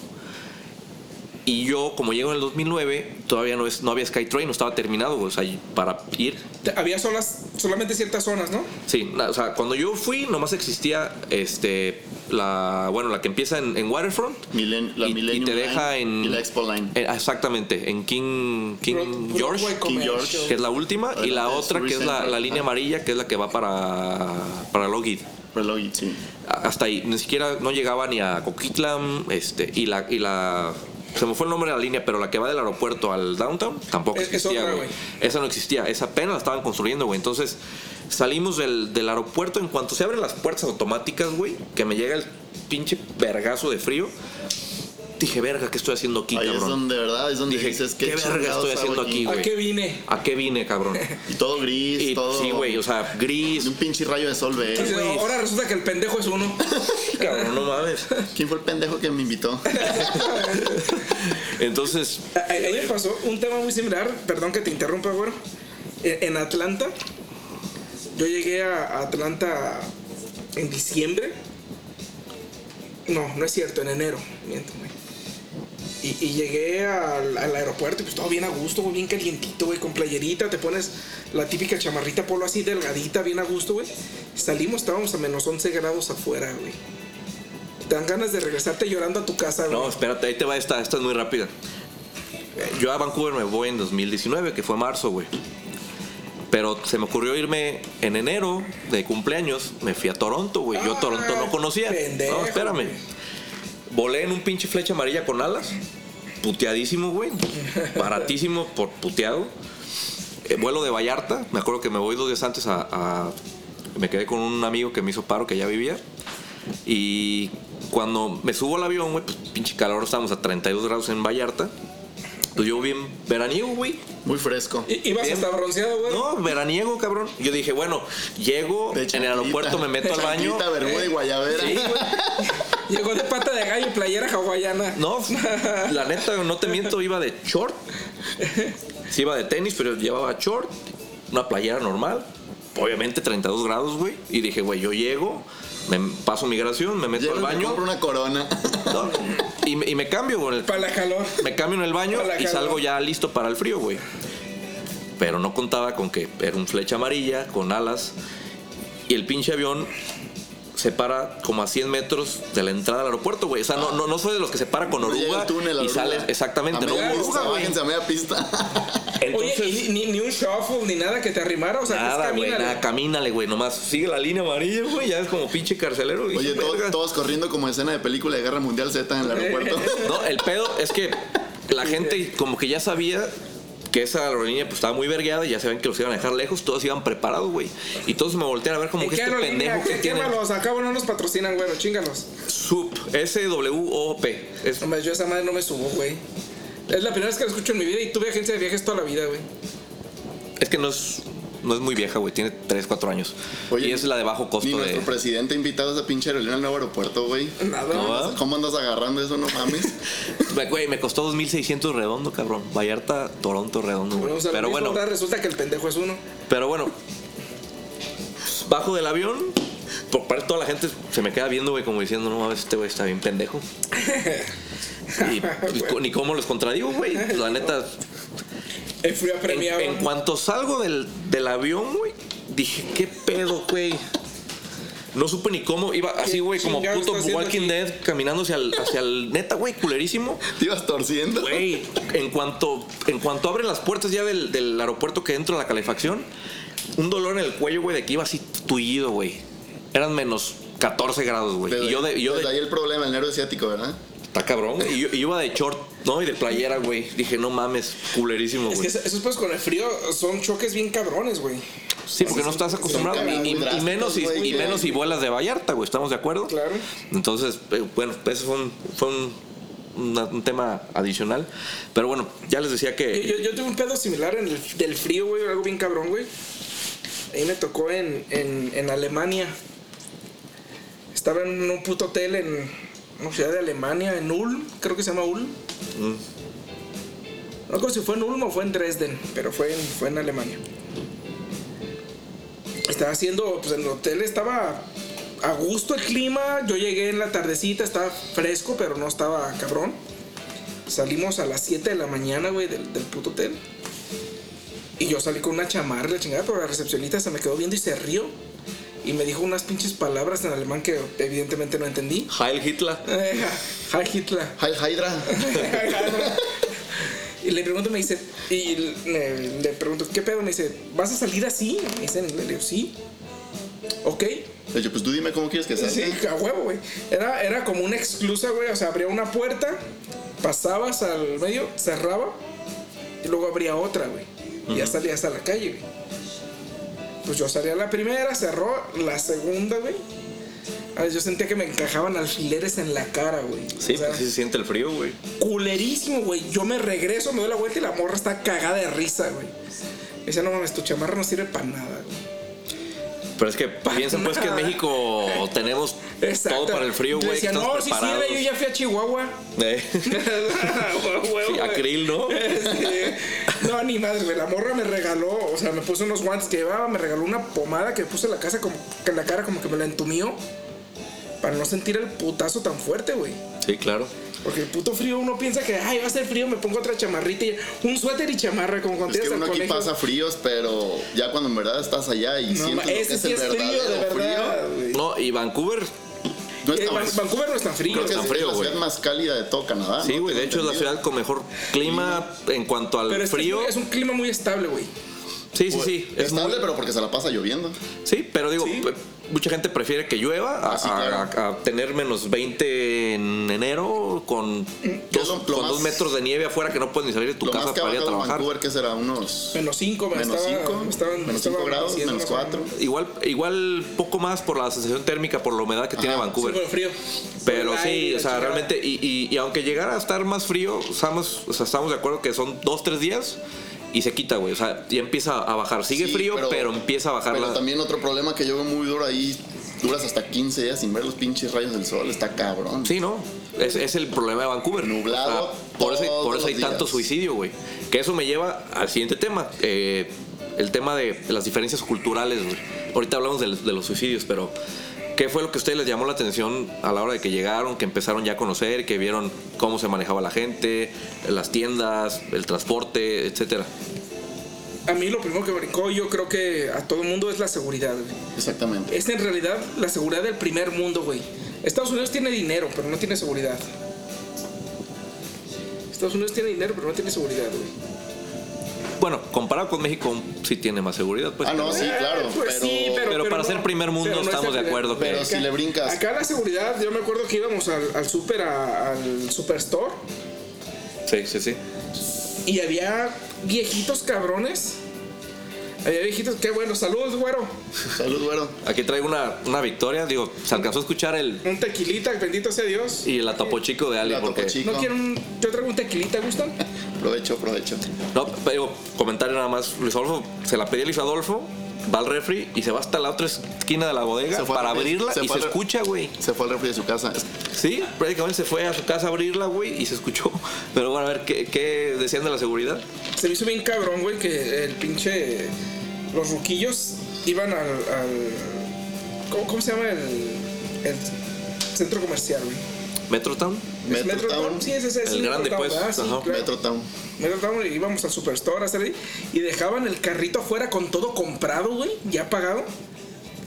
Y yo, como llego en el 2009, todavía no, es, no había Skytrain, no estaba terminado, güey, o sea, y para ir.
Te- Había zonas, solamente ciertas zonas, ¿no?
Sí, na- o sea, cuando yo fui, nomás existía este, la, bueno, la que empieza en, en Waterfront.
Milen- la
y, y
Millennium
te deja
Line
en.
y la Expo Line.
eh, exactamente, en King, King
Broad- Broadway
George.
King George.
Commercial.
que es la última, y la
Adelante,
otra que es
Surrey
la,
Central.
la línea
Ajá.
amarilla, que es la que va para, para Logid.
Reloj, sí.
Hasta ahí, ni siquiera no llegaba ni a Coquitlam, este, y la, y la se me fue el nombre de la línea, pero la que va del aeropuerto al downtown tampoco
Es- es
existía,
otra,
güey.
güey.
Esa no existía, esa apenas la estaban construyendo, güey. Entonces, salimos del, del aeropuerto, en cuanto se abren las puertas automáticas, güey, que me llega el pinche vergazo de frío. Dije, verga, ¿qué estoy haciendo aquí,
Ahí es
cabrón?
donde, ¿verdad? Es donde
Dije,
dices que
¿qué verga estoy haciendo aquí, güey?
¿A qué vine?
¿A qué vine, cabrón?
Y todo gris,
Y,
todo.
sí, güey, o sea,
y
gris,
Un pinche rayo de sol, ¿eh? ve.
Dice,
güey.
ahora resulta que el pendejo es uno.
cabrón, no mames.
¿Quién fue el pendejo que me invitó?
Entonces,
A a- a mí me pasó un tema muy similar, perdón que te interrumpa, güero. E- En Atlanta, yo llegué a a Atlanta en diciembre. No, no es cierto, en enero, miento, güey. Y, y llegué al, al aeropuerto y pues todo bien a gusto, güey, bien calientito, güey, con playerita, te pones la típica chamarrita polo así delgadita, bien a gusto, güey. Salimos, estábamos a menos 11 grados afuera, güey. Te dan ganas de regresarte llorando a tu casa, güey.
no, espérate, ahí te va esta, esta es muy rápida. Eh, Yo a Vancouver me voy en 2019, que fue marzo, güey. Pero se me ocurrió irme en enero de cumpleaños, me fui a Toronto, güey. Yo
Ah,
Toronto no conocía.
pendejo,
no, espérame.
güey.
Volé en un pinche flecha amarilla con alas, puteadísimo, güey. Baratísimo por puteado. Eh, vuelo de Vallarta, me acuerdo que me voy dos días antes a, a- Me quedé con un amigo que me hizo paro, que ya vivía. Y cuando me subo al avión, güey, pues pinche calor, estábamos a 32 grados en Vallarta. Pues yo bien veraniego, güey.
Muy fresco.
I- Ibas
Bien.
hasta bronceado, güey.
No, veraniego, cabrón. Yo dije, bueno, llego
De
en el
chanclita.
aeropuerto, me meto al baño.
Chanclita, bermuda y guayabera.
Sí, güey.
Llegó de pata de gallo, playera hawaiana.
No, la neta, no te miento, iba de short. Sí, iba de tenis, pero llevaba short, una playera normal. Obviamente 32 grados, güey. Y dije, güey, yo llego, me paso migración, me meto
Llego
al
y me
baño
compro una corona.
no, y, me- y me cambio, güey.
Para la calor.
Me cambio en el baño
Para la
y
calor.
salgo ya listo para el frío, güey. Pero no contaba con que era un flecha amarilla con alas y el pinche avión se para como a 100 metros de la entrada al aeropuerto, güey. O sea, no, no, no soy de los que se para con
Llega
oruga
el túnel, la
y
oruga.
sale
A
exactamente, no
media
oruga,
pista,
güey.
bájense a media pista.
Entonces,
Oye, y ni, ni- ni un shuffle ni nada que te arrimara, o sea, que
nada,
es
güey,
camínale.
nada, camínale, güey, nomás sigue la línea amarilla, güey, ya es como pinche carcelero. güey.
Oye, to-
Verga.
todos corriendo como escena de película de Guerra Mundial Z en el aeropuerto.
No, el pedo es que la gente como que ya sabía que esa aerolínea pues estaba muy vergueada y ya sabían que los iban a dejar lejos, todos iban preparados, güey. Y todos me voltean a ver como
¿En
que
qué
este
aerolínea?
pendejo que
¿Qué-
tiene
Quémalos, acá bueno, no nos patrocinan, güero, chingalos.
SUP, S W O P. Es
Hombre, yo a esa madre no me subo, güey. Es la primera vez que la escucho en mi vida y tuve agencia de viajes toda la vida, güey.
es que no es no es muy vieja, güey, tiene 3, 4 años.
Oye,
y es la de bajo
Ni
costo
nuestro
de
presidente invitado a esa pinche aerolínea al nuevo aeropuerto, güey.
Nada.
No. ¿Ah?
¿Cómo andas agarrando eso? No mames.
Me- Güey, me costó 2600 redondo, cabrón. Vallarta, Toronto redondo, güey.
Bueno, o sea,
Pero
lo mismo,
bueno,
ahora resulta que el pendejo es uno.
Pero bueno, bajo del avión, por parte toda la gente se me queda viendo, güey, como diciendo, no mames, este güey está bien pendejo. Y pues, ni cómo los contradigo, güey. La neta,
El frío
en,
apremiado.
en cuanto salgo del, del avión, güey, dije, ¿qué pedo, güey? No supe ni cómo, iba así, güey, como
chingado
puto
está haciendo
Walking
aquí?
Dead, caminando hacia el, hacia el neta, güey, culerísimo.
Te ibas torciendo.
Güey, en cuanto, en cuanto abren las puertas ya del, del aeropuerto que entro a la calefacción, un dolor en el cuello, güey, de que iba así tullido, güey. Eran menos 14 grados, güey.
Desde,
Y yo de. y yo
desde
de-
ahí el problema, el nervio asiático, ¿verdad?
Está cabrón, güey. Y yo, y yo iba de short, ¿no? Y de playera, güey. Dije, no mames, culerísimo,
Es que
güey.
esos esos, pues con el frío son choques bien cabrones, güey.
Sí, porque no estás acostumbrado.
son
Y, y- y
cambios
menos si,
drásticos,
y
güey,
menos
que-
si vuelas de Vallarta, güey. ¿Estamos de acuerdo?
Claro.
Entonces, eh, bueno, eso fue un. Fue un una- un tema adicional, pero bueno, ya les decía
Yo,
que
yo, yo tuve un pedo similar en el- del frío, güey, algo bien cabrón, güey. Ahí me tocó en, en, en Alemania. Estaba en un puto hotel en una ciudad de Alemania, en Ulm, creo que se llama Ulm. No recuerdo si fue en Ulm o fue en Dresden, pero fue en, fue en Alemania. Estaba haciendo, pues en el hotel estaba a gusto el clima. Yo llegué en la tardecita, estaba fresco, pero no estaba cabrón. Salimos a las 7 de la mañana, güey, del, del puto hotel. Y yo salí con una chamarra, la chingada, pero la recepcionista se me quedó viendo y se rió. Y me dijo unas pinches palabras en alemán que evidentemente no entendí.
Heil Hitler.
Eh, Hi Hitler.
Heil Hydra.
y le pregunto, me dice, y le, le pregunto, ¿qué pedo? Me dice, ¿vas a salir así? Me dice en inglés, le digo, sí. Ok.
De hecho, pues tú dime cómo quieres que sea.
Sí, a huevo, güey. Era, era como una exclusa, güey. O sea, abría una puerta, pasabas al medio, cerraba, y luego abría otra, güey. Y ya salías a la calle, güey. Pues yo salí a la primera, cerró la segunda, güey. A ver, yo sentía que me encajaban alfileres en la cara, güey.
Sí,
O sea,
pues sí se siente el frío, güey.
culerísimo, güey. Yo me regreso, me doy la vuelta y la morra está cagada de risa, güey. Me Dice, no mames, tu chamarra no sirve para nada, güey.
Pero es que piensa pues que en
nada.
México tenemos
Exacto.
todo para el frío,
Yo
güey.
Decía,
estamos
no, si
preparados".
sirve, yo ya fui a Chihuahua. Ah,
Eh, sí,
sí,
acril, ¿no?
Este, No, ni madre, güey. La morra me regaló, o sea, me puso unos guantes que llevaba, me regaló una pomada que me puse en la, casa como, en la cara como que me la entumió. Para no sentir el putazo tan fuerte, güey.
Sí, claro.
Porque el puto frío uno piensa que, ay, va a ser frío, me pongo otra chamarrita y un suéter y chamarra, como cuando
Es que
ibas al
uno aquí
colegio.
pasa fríos, pero ya cuando en verdad estás allá y
No, ma-
sientes lo que
ese
es
sí
el
es frío,
verdadero
de verdad.
frío,
güey.
No, y Vancouver,
no
Eh,
es tan
Van-
frío.
Vancouver no es tan frío.
Creo que
tan
es
frío,
la
güey.
ciudad más cálida de todo Canadá.
sí,
Ah, ¿no?
güey. De
Tengo
hecho, es la
entendido.
ciudad con mejor clima en cuanto al
Pero es, que
frío.
es un clima muy estable, güey.
Sí, sí, sí. Es
Estable,
muy-
pero porque se la pasa lloviendo.
Sí, pero digo,
Sí.
pe- mucha gente prefiere que llueva a,
Ah, sí, claro.
a- a tener menos 20 en enero con, dos,
Mm, lo- lo
con
más-
dos metros de nieve afuera que no puedes ni salir de tu
Lo
casa
más que ha
para ir a
bajado en
trabajar.
Vancouver, que será unos
Menos 5, me
menos
estaba,
5,
me estaban- me
menos
estaba
5 grados,
diciendo
menos
más o
4.
menos.
Igual, igual poco más por la sensación térmica, por la humedad que tiene
Ajá,
Vancouver.
Sí, por el frío.
Pero
Por el aire,
sí,
la
o sea,
chingada.
realmente, y, y- y aunque llegara a estar más frío, estamos, o sea, estamos de acuerdo que son dos, tres días y se quita, güey. O sea, ya empieza a bajar. Sigue
Sí,
frío, pero, empieza a bajar.
Pero
la-
también otro problema que yo veo muy duro ahí, duras hasta 15 días sin ver los pinches rayos del sol, está cabrón.
Sí, ¿no? Es, es el problema de Vancouver.
Nublado
por eso, hay- por
todos
eso hay
los días.
tanto suicidio, güey. Que eso me lleva al siguiente tema. eh, el tema de las diferencias culturales, güey. Ahorita hablamos del- de, los suicidios, pero ¿qué fue lo que a ustedes les llamó la atención a la hora de que llegaron, que empezaron ya a conocer, que vieron cómo se manejaba la gente, las tiendas, el transporte, etcétera?
A mí lo primero que me brincó, yo creo que a todo el mundo, es la seguridad, güey.
Exactamente.
Es en realidad la seguridad del primer mundo, güey. Estados Unidos tiene dinero, pero no tiene seguridad. Estados Unidos tiene dinero, pero no tiene seguridad, güey.
Bueno, comparado con México, sí tiene más seguridad, pues.
Ah, no, sí, claro.
Eh, pues
pero,
sí, pero,
pero para ser primer mundo
pero es
estamos de
el primer-
acuerdo que-
pero si le brincas.
Acá la seguridad, yo me acuerdo que íbamos al, al super, a- al superstore
Sí, sí, sí.
y había viejitos cabrones. Había viejitos, qué bueno, saludos, güero.
Salud, güero.
Aquí traigo una, una victoria. Digo, se alcanzó a escuchar el,
Un tequilita, bendito sea Dios.
Y el atapo chico de Ali,
La
porque.
Topo Chico.
No quiero un. Yo traigo un tequilita, ¿gustan?
Provecho, provecho.
No, pero comentario nada más. Luis Adolfo se la pedí a Luis Adolfo, va al refri y se va hasta la otra esquina de la bodega
Se fue
para
al refri,
abrirla
se
y
fue
se
al re-
escucha, güey.
Se fue al refri de su casa.
Sí, prácticamente se fue a su casa a abrirla, güey, y se escuchó. Pero bueno, a ver, ¿qué, qué decían de la seguridad?
Se me hizo bien cabrón, güey, que el pinche. Los ruquillos iban al. al- ¿cómo, cómo se llama el. el centro comercial, güey?
¿Metrotown?
¿Es
Metro Town.
Sí, es ese. es
El grande,
Metrotown,
pues,
¿verdad? Sí,
ajá.
claro.
Metro Town.
Metro Town, y íbamos al Superstore a hacer ahí, y dejaban el carrito afuera con todo comprado, güey, ya pagado.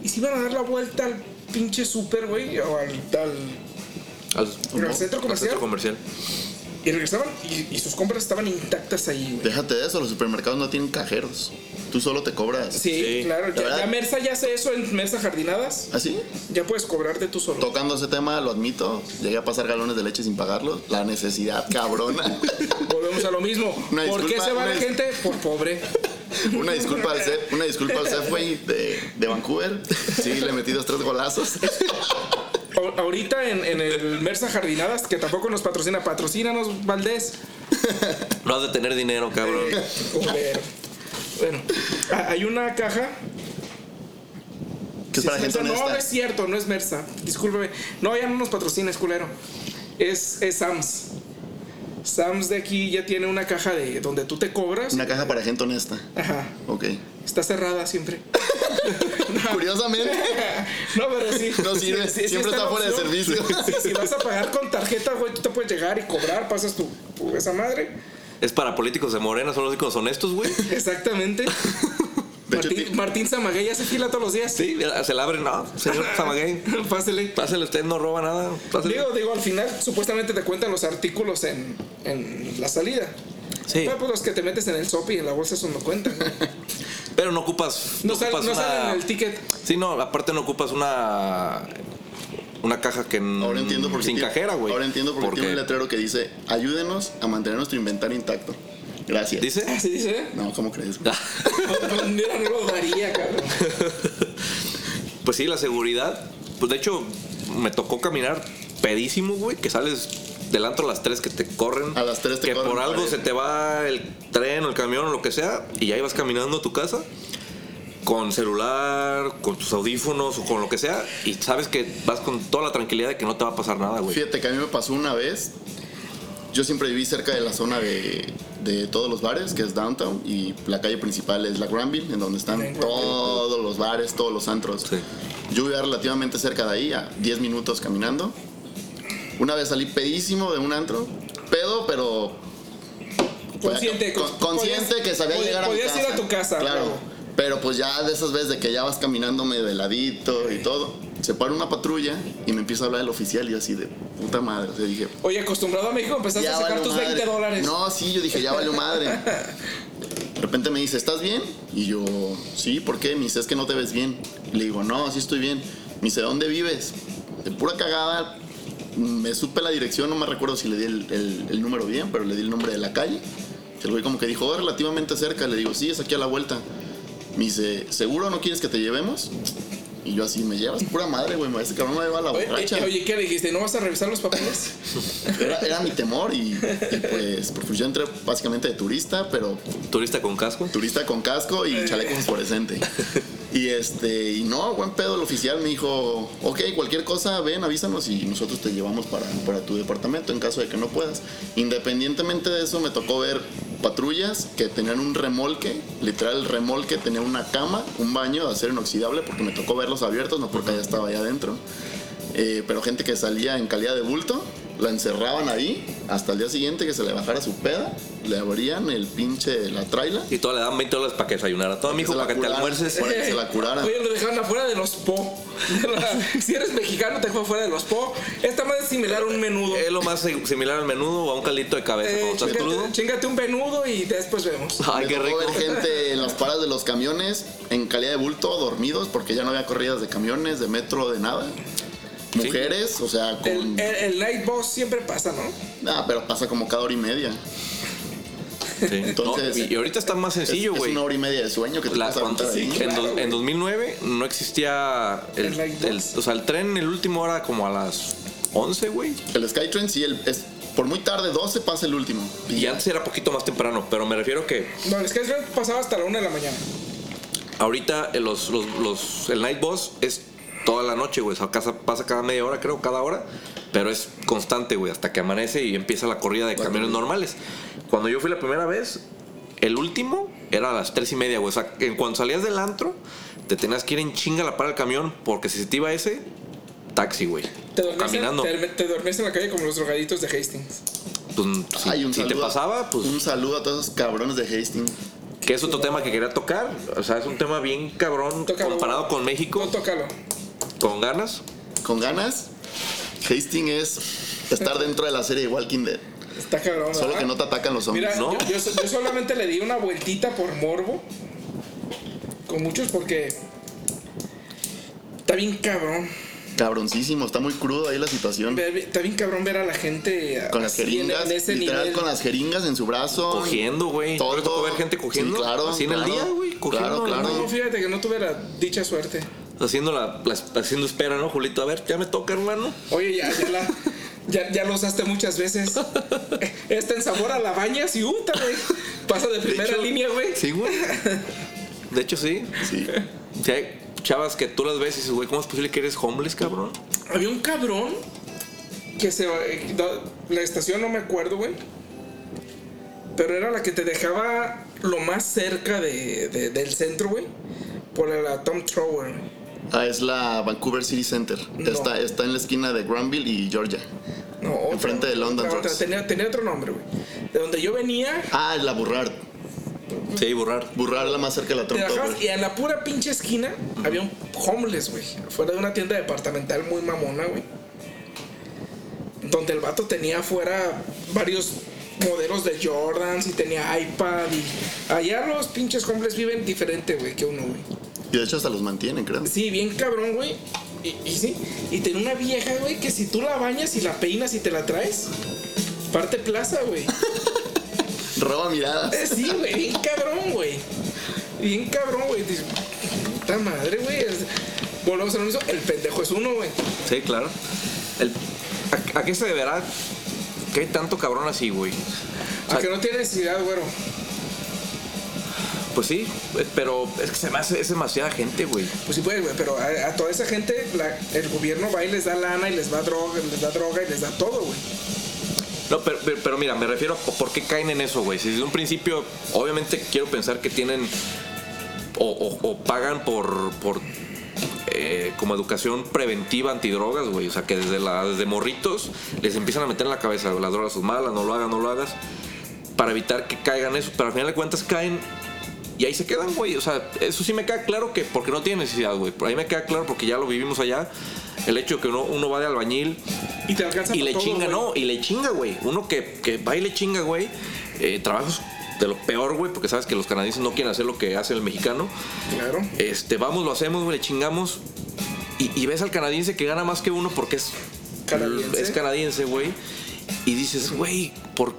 Y se iban a dar la vuelta al pinche super, güey, o al, al-
Al,
al centro
al
comercial.
centro comercial.
Y regresaban y, y sus compras estaban intactas ahí, güey.
Déjate de eso, los supermercados no tienen cajeros. Tú solo te cobras.
Sí,
Sí,
claro. Ya,
¿verdad?
ya Mersa ya hace eso en Mersa Jardinadas.
¿Así?
Ya puedes cobrarte tú solo.
¿Ah, Tocando ese tema, lo admito, llegué a pasar galones de leche sin pagarlos. La necesidad cabrona.
Volvemos a lo mismo.
Una
¿Por
disculpa,
qué se va
una
la
dis-
gente? Por pobre.
una disculpa al Sef, una disculpa al Sef, güey, de, de Vancouver. Sí, le metí dos, tres golazos.
A- Ahorita en, en el Mersa Jardinadas, que tampoco nos patrocina, patrocínanos, Valdés.
No has de tener dinero, cabrón.
Culero. Bueno, a- hay una caja.
Que es para
Sí, es
gente
Mersa.
honesta.
no, no es cierto, no es Mersa. Discúlpeme. No, ya no nos patrocina, es culero. Es, es Sams. Sams de aquí ya tiene una caja de donde tú te cobras.
Una caja para gente honesta.
Ajá.
Ok.
Está cerrada siempre.
Curiosamente,
No, pero sí.
no sirve.
Sí, sí, sí
Siempre
la
está fuera de
opción.
servicio.
Sí, si vas a pagar con tarjeta, güey, tú te puedes llegar y cobrar, pasas tu, por esa madre.
Es para políticos de Morena, son los únicos honestos, güey.
Exactamente.
De hecho,
Martín,
ti-
Martín Samaguey hace fila todos los días.
Sí, mira, se la abren, no, señor Samaguey.
Pásele.
Pásale, usted no roba nada. pásele.
Digo, digo, al final supuestamente te cuentan los artículos en, en la salida.
Sí,
Pero pues los que te metes en el sopi y en la bolsa, eso no cuentan.
pero no ocupas.
No, sale,
ocupas
no
una-
sale en el ticket.
Sí, no, aparte no ocupas una. Una caja que. n-
Ahora entiendo por
Mm,
qué.
Sin
tiene-
cajera, güey.
Ahora entiendo por qué tiene un letrero que dice: Ayúdenos a mantener nuestro inventario intacto. Gracias.
¿Dice?
Así dice.
No, ¿cómo crees? güey?
Pues, Mira, no lo daría, cabrón.
Pues sí, la seguridad. Pues de hecho, me tocó caminar pedísimo, güey, que sales del antro a las 3 que te corren.
A las 3 te
Que
corren,
por algo
parece.
se te va el tren o el camión o lo que sea y ya ibas caminando a tu casa con celular, con tus audífonos o con lo que sea y sabes que vas con toda la tranquilidad de que no te va a pasar nada, güey.
Fíjate que a mí me pasó una vez. Yo siempre viví cerca de la zona de, de todos los bares, que es downtown, y la calle principal es la Granville, en donde están
Granville.
todos los bares, todos los antros.
Sí.
Yo vivía relativamente cerca de ahí, a 10 minutos caminando. Una vez salí pedísimo de un antro, pedo, pero.
Consciente,
Con-
con-
consciente
podías-
que sabía
podías-
llegar a mi
podías
casa.
ir a tu casa,
Claro.
claro.
Pero pues ya de esas veces de que ya vas caminando medio de ladito y todo, se para una patrulla y me empieza a hablar el oficial y yo así de puta madre. O sea, dije,
Oye, acostumbrado a México, empezaste
ya
a sacar
valió
tus 20
madre.
dólares.
No, sí, yo dije, ya valió madre. De repente me dice, ¿estás bien? Y yo, sí, ¿por qué? Me dice, es que no te ves bien. Le digo, no, sí estoy bien. Me dice, ¿dónde vives? De pura cagada, me supe la dirección, no me recuerdo si le di el, el- el número bien, pero le di el nombre de la calle. El güey como que dijo, oh, relativamente cerca. Le digo, sí, es aquí a la vuelta. Me dice, ¿seguro no quieres que te llevemos? Y yo así, me llevas pura madre, güey, me ese cabrón me lleva a la
Oye,
borracha.
eh, oye, ¿qué le dijiste? ¿No vas a revisar los papeles?
Era, era mi temor y, y, pues, pues yo entré básicamente de turista, pero
Turista con casco.
turista con casco y chaleco fluorescente. Y este, y no, buen pedo, el oficial me dijo, ok, cualquier cosa, ven, avísanos y nosotros te llevamos para, para tu departamento en caso de que no puedas. Independientemente de eso, me tocó ver patrullas que tenían un remolque, literal el remolque tenía una cama, un baño de acero inoxidable, porque me tocó verlos abiertos, no porque ya estaba allá adentro. Eh, pero gente que salía en calidad de bulto, la encerraban ahí, hasta el día siguiente que se le bajara su peda, le abrían el pinche, la traila
Y todo le dan 20 dólares para que desayunara. Todo, mijo,
se la
para que te
curaran.
almuerces.
Para que se la curara.
Oye, lo dejaron afuera de los po. si eres mexicano, te dejo afuera de los po. Esta madre es similar a un menudo.
Es lo más si- similar al menudo o a un caldito de cabeza
Eh,
cuando estás Ah, crudo.
chingate, chingate un menudo y después vemos.
Ay,
Me
qué
tocó
rico.
ver gente en las paradas de los camiones en calidad de bulto, dormidos, porque ya no había corridas de camiones, de metro, de nada. Mujeres, o sea, con.
El, eh. el, el night boss siempre pasa, ¿no?
Ah, pero pasa como cada hora y media. Es-
Sí.
Entonces-
No, y- y ahorita está más sencillo,
es,
güey.
una hora y media de sueño que te
La-
vas a
cuando-
aventar ahí.
en, dos- en 2009 no existía el,
El Lightbox.
el- o sea, el tren el último era como a las 11, güey.
El Skytrain, sí, el- es, por muy tarde, 12 pasa el último.
Y antes era poquito más temprano, pero me refiero que
No, el Skyscraper pasaba hasta la una de la mañana.
ahorita eh, los, los- los- el Night Boss es toda la noche, güey. O sea, casa- pasa cada media hora, creo, cada hora. Pero es constante, güey, hasta que amanece y empieza la corrida de camiones normales. Cuando yo fui la primera vez, el último era a las tres y media, güey. O sea, en cuanto salías del antro, te tenías que ir en chinga a la para el camión, porque si se te iba ese, taxi, güey.
Te
O
dormías, en,
Caminando.
te, te dormías en la calle como los drogaditos de Hastings.
Pues, si,
Ay, un
si te
saludo a-
pasaba, pues
Un saludo a todos esos cabrones de Hastings.
que es otro tema que quería tocar. O sea, es un tema bien cabrón
Tócalo.
comparado con México,
No, tócalo.
con ganas.
Con ganas, Hastings es estar dentro de la serie de Walking Dead.
Está cabrón.
Solo
¿verdad?
que no te atacan los zombies.
Mira,
¿no?
yo, yo so- yo solamente le di una vueltita por morbo. Con muchos porque. Está bien cabrón.
Cabroncísimo, está muy crudo ahí la situación.
Ver- Está bien cabrón ver a la gente.
Con las
así en-
jeringas,
en ese
literal
nivel.
con las jeringas en su brazo.
Cogiendo, güey. ¿No te tocó ver gente cogiendo?
Sí, claro.
Así en el
claro.
día, güey, cogiendo,
Claro, claro.
No, fíjate que no tuve la dicha suerte.
Haciendo, la, la- haciendo espera, ¿no, Julito? A ver, ya me toca, hermano.
Oye, ya, ya, la- ya, ya lo usaste muchas veces. Está en sabor a la baña, sí, puta, güey. Pasa de primera
hecho,
línea, güey.
Sí, güey. De hecho, sí.
Sí.
Sí hay chavas que tú las ves y dices, güey, ¿cómo es posible que eres homeless, cabrón?
Había un cabrón que se. eh, da- La estación no me acuerdo, güey. Pero era la que te dejaba lo más cerca de, de- del centro, güey. Por la, la Tom Trower. güey.
Ah, es la Vancouver City Center.
No.
Está, está en la esquina de Granville y Georgia.
No, otra,
Enfrente de
otra,
London
otra,
Drugs.
Tenía, tenía otro nombre, güey. De donde yo venía,
Ah, la Burrard.
Sí, borrar.
Burrard la más cerca de la
te
Trump
bajabas y
Tower.
en la pura pinche esquina había un homeless, güey. Afuera de una tienda departamental muy mamona, güey. Donde el vato tenía afuera varios modelos de Jordans y tenía iPad y... Allá los pinches homeless viven diferente, güey, que uno, güey.
Y de hecho hasta los mantienen, creo.
Sí, bien cabrón, güey. Y, y sí, y tenía una vieja, güey, que si tú la bañas y la peinas y te la traes, parte plaza, güey.
Roba miradas.
Eh, Sí, güey, bien cabrón, güey. Bien cabrón, güey. Dices, Puta madre, güey. Es- Volvemos a lo mismo. El pendejo es uno, güey.
Sí, claro. El- ¿a- ¿a, qué se deberá que hay tanto cabrón así, güey? O
A
sea,
que no tiene necesidad, güero.
Pues sí, eh, pero es que se me hace es demasiada gente, güey.
Pues sí, pues, güey, pero a, a toda esa gente la- el gobierno va y les da lana y les va droga, les da droga y les da todo, güey.
No, pero, pero- pero mira, me refiero a por qué caen en eso, güey. Si desde un principio, obviamente quiero pensar que tienen o, o- o pagan por, por eh, como educación preventiva antidrogas, güey. O sea, que desde, la, desde morritos les empiezan a meter en la cabeza, las drogas son malas, no lo hagas, no lo hagas, para evitar que caigan eso. Pero al final de cuentas caen y ahí se quedan, güey. O sea, eso sí me queda claro que porque no tiene necesidad, güey. Por ahí me queda claro porque ya lo vivimos allá. El hecho de que uno, uno va de albañil
Y te alcanza
y
para
le
todo,
chinga,
güey.
no, y le chinga, güey. Uno que, que va y le chinga, güey. eh, trabajos de lo peor, güey, porque sabes que los canadienses no quieren hacer lo que hace el mexicano.
Claro.
Este, vamos, lo hacemos, güey, le chingamos. Y, y ves al canadiense que gana más que uno porque es
Canadiense.
es canadiense, güey. Y dices, güey, ¿por,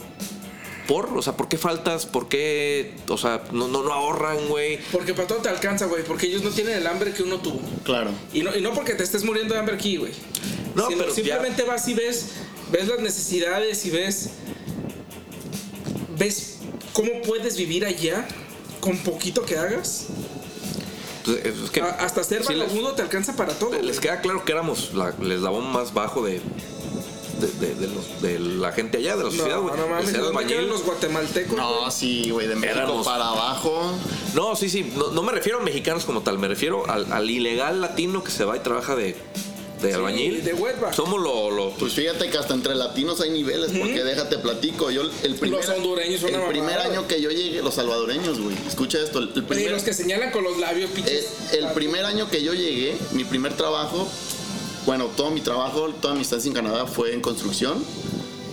¿por? O sea, ¿por qué faltas? ¿Por qué? O sea, no, no, no ahorran, güey.
Porque para todo te alcanza, güey. Porque ellos no tienen el hambre que uno tuvo.
Claro.
Y no, y no porque te estés muriendo de hambre aquí, güey.
No,
Sino
pero
simplemente vas y ves, ves las necesidades y ves, ves cómo puedes vivir allá con poquito que hagas.
Entonces, pues, es que-
A- hasta ser
sí les-
vagabundo te alcanza para todo.
Les
güey.
queda claro que éramos la, el eslabón más bajo de, de, de- de los- de la gente allá, de la sociedad,
No,
güey.
no mames,
De ser
¿dónde
albañil.
quedan los guatemaltecos?
No,
güey?
sí, güey, de México
Éramos-
para abajo.
No, sí, sí. No, no me refiero a mexicanos como tal, me refiero al, al ilegal latino que se va y trabaja de, de albañil.
de huelva.
Somos los. Lo,
Pues fíjate que hasta entre latinos hay niveles, porque déjate platico. Yo el primer,
Los hondureños son
el
una
primer
mamada.
año que yo llegué, los salvadoreños, güey. Escucha esto, el, el
Y
primer,
los que señalan con los labios,
eh,
pinches.
el primer año que yo llegué, mi primer trabajo, bueno, todo mi trabajo, toda mi estancia en Canadá fue en construcción.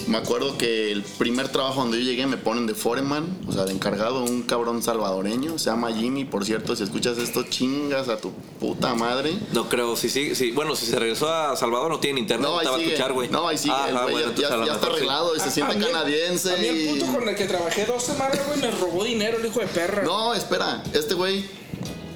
Me acuerdo que el primer trabajo donde yo llegué me ponen de foreman, o sea, de encargado, un cabrón salvadoreño, se llama Jimmy, por cierto, si escuchas esto, chingas a tu puta madre.
no creo, sí, sí, sí. Bueno, si se regresó a Salvador no tiene internet,
No,
te
ahí
va a
sigue.
escuchar, güey.
No, ahí sigue.
Ajá,
el güey
bueno,
ya,
entonces a lo
ya está
mejor sí.
arreglado y
A-
se
a
siente
mí el-
canadiense.
A mí el
y-
puto con el que trabajé dos semanas, güey, me robó dinero el hijo de perra.
No, espera. Este güey,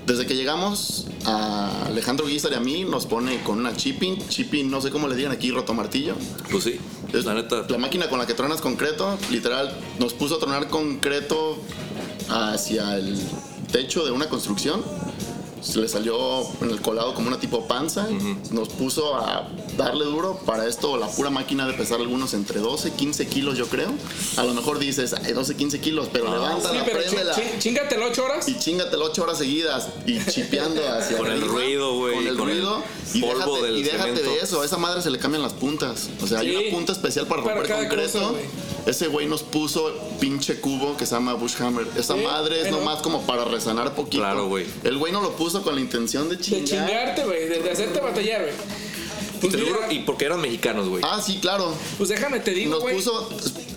desde que llegamos a Alejandro Guizar y a mí, nos pone con una chipping. Chipping, no sé cómo le digan aquí, roto martillo.
Pues sí,
Es
la neta.
La máquina con la que tronas concreto, literal, nos puso a tronar concreto hacia el techo de una construcción. Se le salió en el colado como una tipo panza. Nos puso a darle duro. Para esto, la pura máquina de pesar algunos entre 12, 15 kilos, yo creo. A lo mejor dices, "Ay, 12, 15 kilos, pero levanta
Sí,
la
pero ching-
préndela.
ching- chingatelo ocho horas.
Y chingatelo ocho horas seguidas y chipeando hacia
Con el
arriba,
ruido, güey,
Con el
con el
ruido.
polvo
y déjate,
del
y déjate de
cemento.
eso. A esa madre se le cambian las puntas. O sea,
Sí.
hay una punta especial para
Para
romper
cada
concreto.
cosa, güey.
Ese güey nos puso pinche cubo que se llama Bushhammer. Esa
Sí,
madre es
bueno.
nomás como para resanar poquito.
Claro, güey.
El güey no lo puso con la intención de
De
chingar.
chingarte, güey, de, de hacerte batallar, güey.
Y
Pues,
te
mira,
juro- y porque eran mexicanos, güey.
Ah, sí, claro.
pues déjame te digo,
Nos
güey.
puso.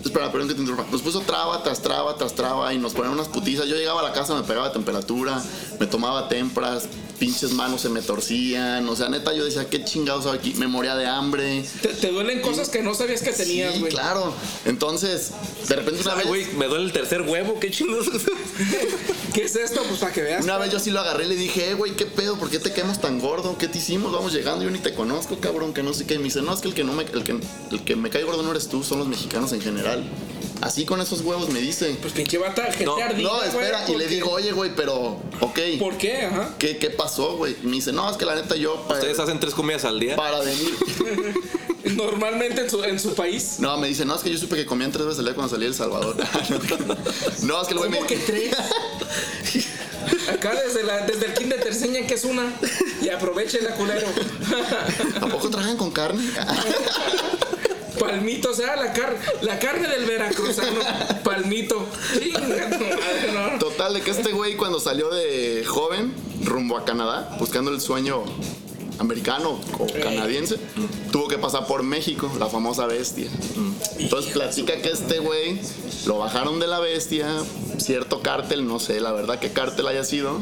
Espera, perdón que te interrumpa. Nos puso traba tras traba tras traba y nos ponían unas putizas. Yo llegaba a la casa, me pegaba temperatura, me tomaba tempras, pinches manos se me torcían. O sea, neta, yo decía, qué chingados hago aquí. Me moría de hambre.
Te, te duelen cosas que no sabías que tenías,
sí,
güey.
claro. Entonces, de repente una
Ay,
vez.
güey, me duele el tercer huevo, qué chingados.
¿Qué es esto? Pues para que veas.
Una vez yo sí lo agarré y le dije, eh, güey, ¿qué pedo? ¿Por qué te quedamos tan gordo? ¿Qué te hicimos? Vamos llegando, yo ni te conozco, cabrón, que no sé qué. Y Me dice, no, es que el que, no me, el que, el que me cae gordo no eres tú, son los mexicanos en general. Así con esos huevos me dice.
Pues pinche bata, gente
No,
ardida,
No,
güey,
espera, y le
porque-
digo, oye, güey, pero, ok,
¿Por qué? Ajá.
¿qué, qué pasó, güey? Y me dice, no, es que la neta yo para,
Ustedes hacen tres comidas al día.
para venir.
Normalmente en su, en su país.
No, me dice, no, es que yo supe que comían tres veces al día cuando salí de El Salvador. no, es que el güey me
¿Cómo que tres? Acá desde, la, desde el kinder te enseñan que es una. Y aprovechen la culero.
¿Tampoco trabajan con carne?
Palmito, o sea, la, car la carne del veracruzano. Palmito. Chinga tu madre, no.
Total, de que este güey cuando salió de joven rumbo a Canadá, buscando el sueño americano o canadiense, tuvo que pasar por México, la famosa bestia. Entonces platica que este güey lo bajaron de la bestia, cierto cártel, no sé la verdad qué cártel haya sido.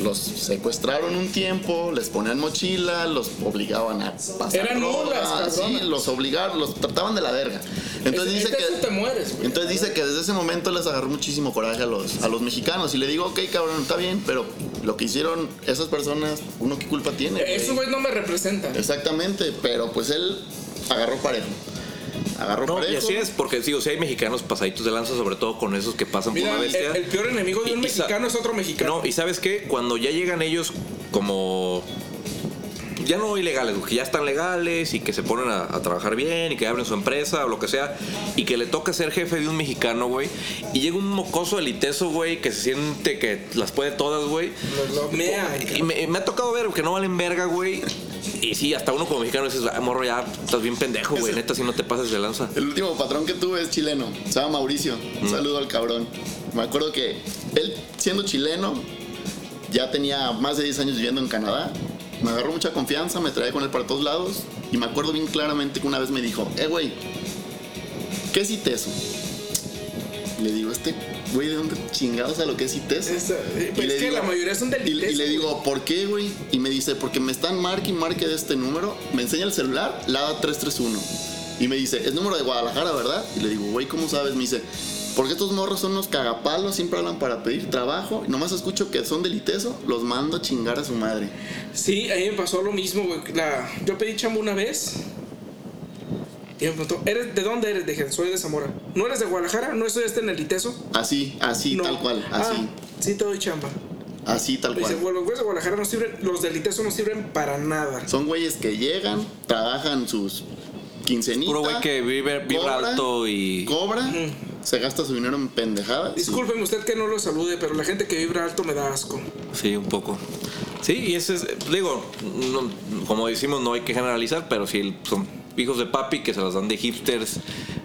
Los secuestraron un tiempo, les ponían mochila, los obligaban a pasar.
Eran
droga,
mulas, cabrones.
sí, los obligaron, los trataban de la verga. Entonces
Es-
dice
este
que.
es un te mueres, güey.
Entonces dice que desde ese momento les agarró muchísimo coraje a los, a los mexicanos. Y le digo, ok, cabrón, está bien, pero lo que hicieron esas personas, uno qué culpa tiene. güey?"
Esos güeyes no me representan.
Exactamente, pero pues él agarró parejo. Agarró
No,
parejo.
y así es, porque sí, o sea, hay mexicanos pasaditos de lanza, sobre todo con esos que pasan por
Mira,
una
el,
bestia.
el peor enemigo de un
Y- y sa-
mexicano es otro mexicano.
No, y sabes qué, cuando ya llegan ellos como... Ya no ilegales, que ya están legales y que se ponen a, a trabajar bien y que abren su empresa o lo que sea y que le toca ser jefe de un mexicano, güey. Y llega un mocoso eliteso, güey, que se siente que las puede todas, güey.
Los lo mea.
Y me, me ha tocado ver que no valen verga, güey. Y sí, hasta uno como mexicano dices, "Ah, morro, ya estás bien pendejo, güey. Neta, si no te pases de lanza.
El último patrón que tuve es chileno. Se llama Mauricio. Un saludo al cabrón. Me acuerdo que él, siendo chileno, ya tenía más de 10 años viviendo en Canadá. Me agarró mucha confianza, me traía con él para todos lados. Y me acuerdo bien claramente que una vez me dijo, eh, güey, ¿qué es ITESO? Y le digo, este güey, ¿de dónde chingados a lo que es ITESO?
Esa- eh,
Y
es
le
que la mayoría son del E
y, y
ITESO,
le digo, ¿por qué, güey? Y me dice, porque me están marque y marque de este número. Me enseña el celular, LADA 331. Y me dice, es número de Guadalajara, ¿verdad? Y le digo, güey, ¿cómo sabes? Me dice, porque estos morros son unos cagapalos, siempre hablan para pedir trabajo. Y nomás escucho que son del ITESO, los mando a chingar a su madre.
Sí, a mí me pasó lo mismo, güey. La- Yo pedí chamba una vez. Y me preguntó, ¿eres, ¿de dónde eres? Dije, soy de Zamora. ¿No eres de Guadalajara? ¿No estudiaste en el ITESO?
Así, así,
No. Pues
tal cual,
Ah,
así,
sí, te doy chamba.
así, tal
Me Dice,
cual.
bueno, los güeyes de Guadalajara no sirven, los del ITESO no sirven para nada.
Son güeyes que llegan, trabajan sus quinceañitas.
Puro güey que vive, vibra
cobra,
alto y...
Cobra, se gasta su dinero en pendejadas.
Discúlpeme usted que no lo salude, pero la gente que vibra alto me da asco.
Sí, un poco. Sí, y ese es, digo, no- como decimos, no hay que generalizar, pero sí son hijos de papi que se las dan de hipsters,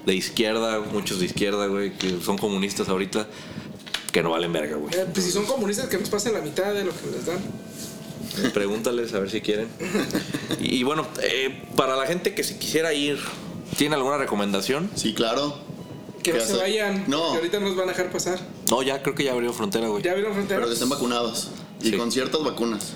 de izquierda, muchos de izquierda, güey, que son comunistas ahorita, que no valen verga, güey.
Eh, pues si son comunistas, que nos pasen la mitad de lo que les dan.
Pregúntales a ver si quieren. Y, y bueno, eh, para la gente que si quisiera ir, ¿tiene alguna recomendación?
Sí, claro.
Que
¿Qué
no se
hacer?
vayan,
No.
que ahorita nos van a dejar pasar.
No, ya creo que ya abrió frontera, güey.
Ya vieron frontera.
Pero que estén vacunados. Y
Sí.
con ciertas vacunas.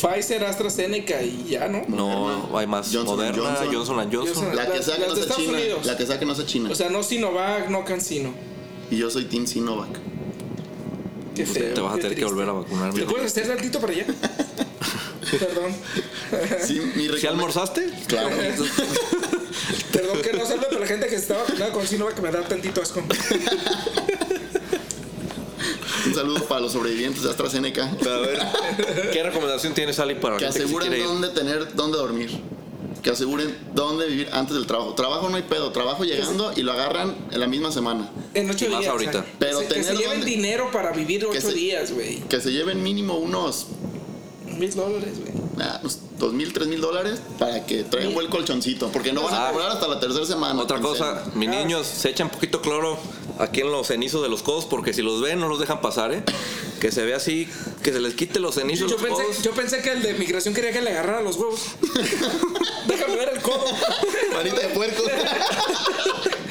Pfizer, AstraZeneca y ya, ¿no?
No, hay más.
Johnson and
Moderna,
Johnson.
Johnson and
Johnson
Johnson.
La que
Las-
sea que
las
no
de
sea
Estados
China.
Unidos.
La que sea que no sea China.
O sea, no Sinovac, no Cancino.
y yo soy Team Sinovac.
Qué
Pues,
feo.
te vas a
qué
tener que
triste.
volver a vacunar,
¿Te
mijo.
puedes hacer tantito para allá? Perdón.
Sí, mi
¿Si
recome-
almorzaste?
Claro.
Perdón que no salve para la gente que está vacunada con Sinovac que me da tantito asco.
Un saludo para los sobrevivientes de AstraZeneca.
A ver, ¿qué recomendación tienes, Ali, para la
Que
gente que se
aseguren
quiere ir?
dónde tener, dónde dormir. Que aseguren dónde vivir antes del trabajo. Trabajo no hay pedo. Trabajo llegando y lo agarran en la misma semana.
En ocho
Y más
días.
ahorita.
o sea,
Pero
que se, que se
tener
lleven
dónde-
dinero para vivir ocho
se-
días, güey.
Que se lleven mínimo unos,
Mil dólares, güey.
ah, unos dos mil, tres mil dólares para que traigan buen colchoncito. Porque no van
Ah.
a cobrar hasta la tercera semana.
Otra cosa,
quincena.
mis
Ah.
niños se echan poquito cloro aquí en los cenizos de los codos porque si los ven no los dejan pasar, ¿eh? Que se ve así, que se les quite los cenizos de
Yo
los codos.
pensé, yo pensé que el de migración quería que le agarrara los huevos. Déjame ver el codo.
Manita de puerco.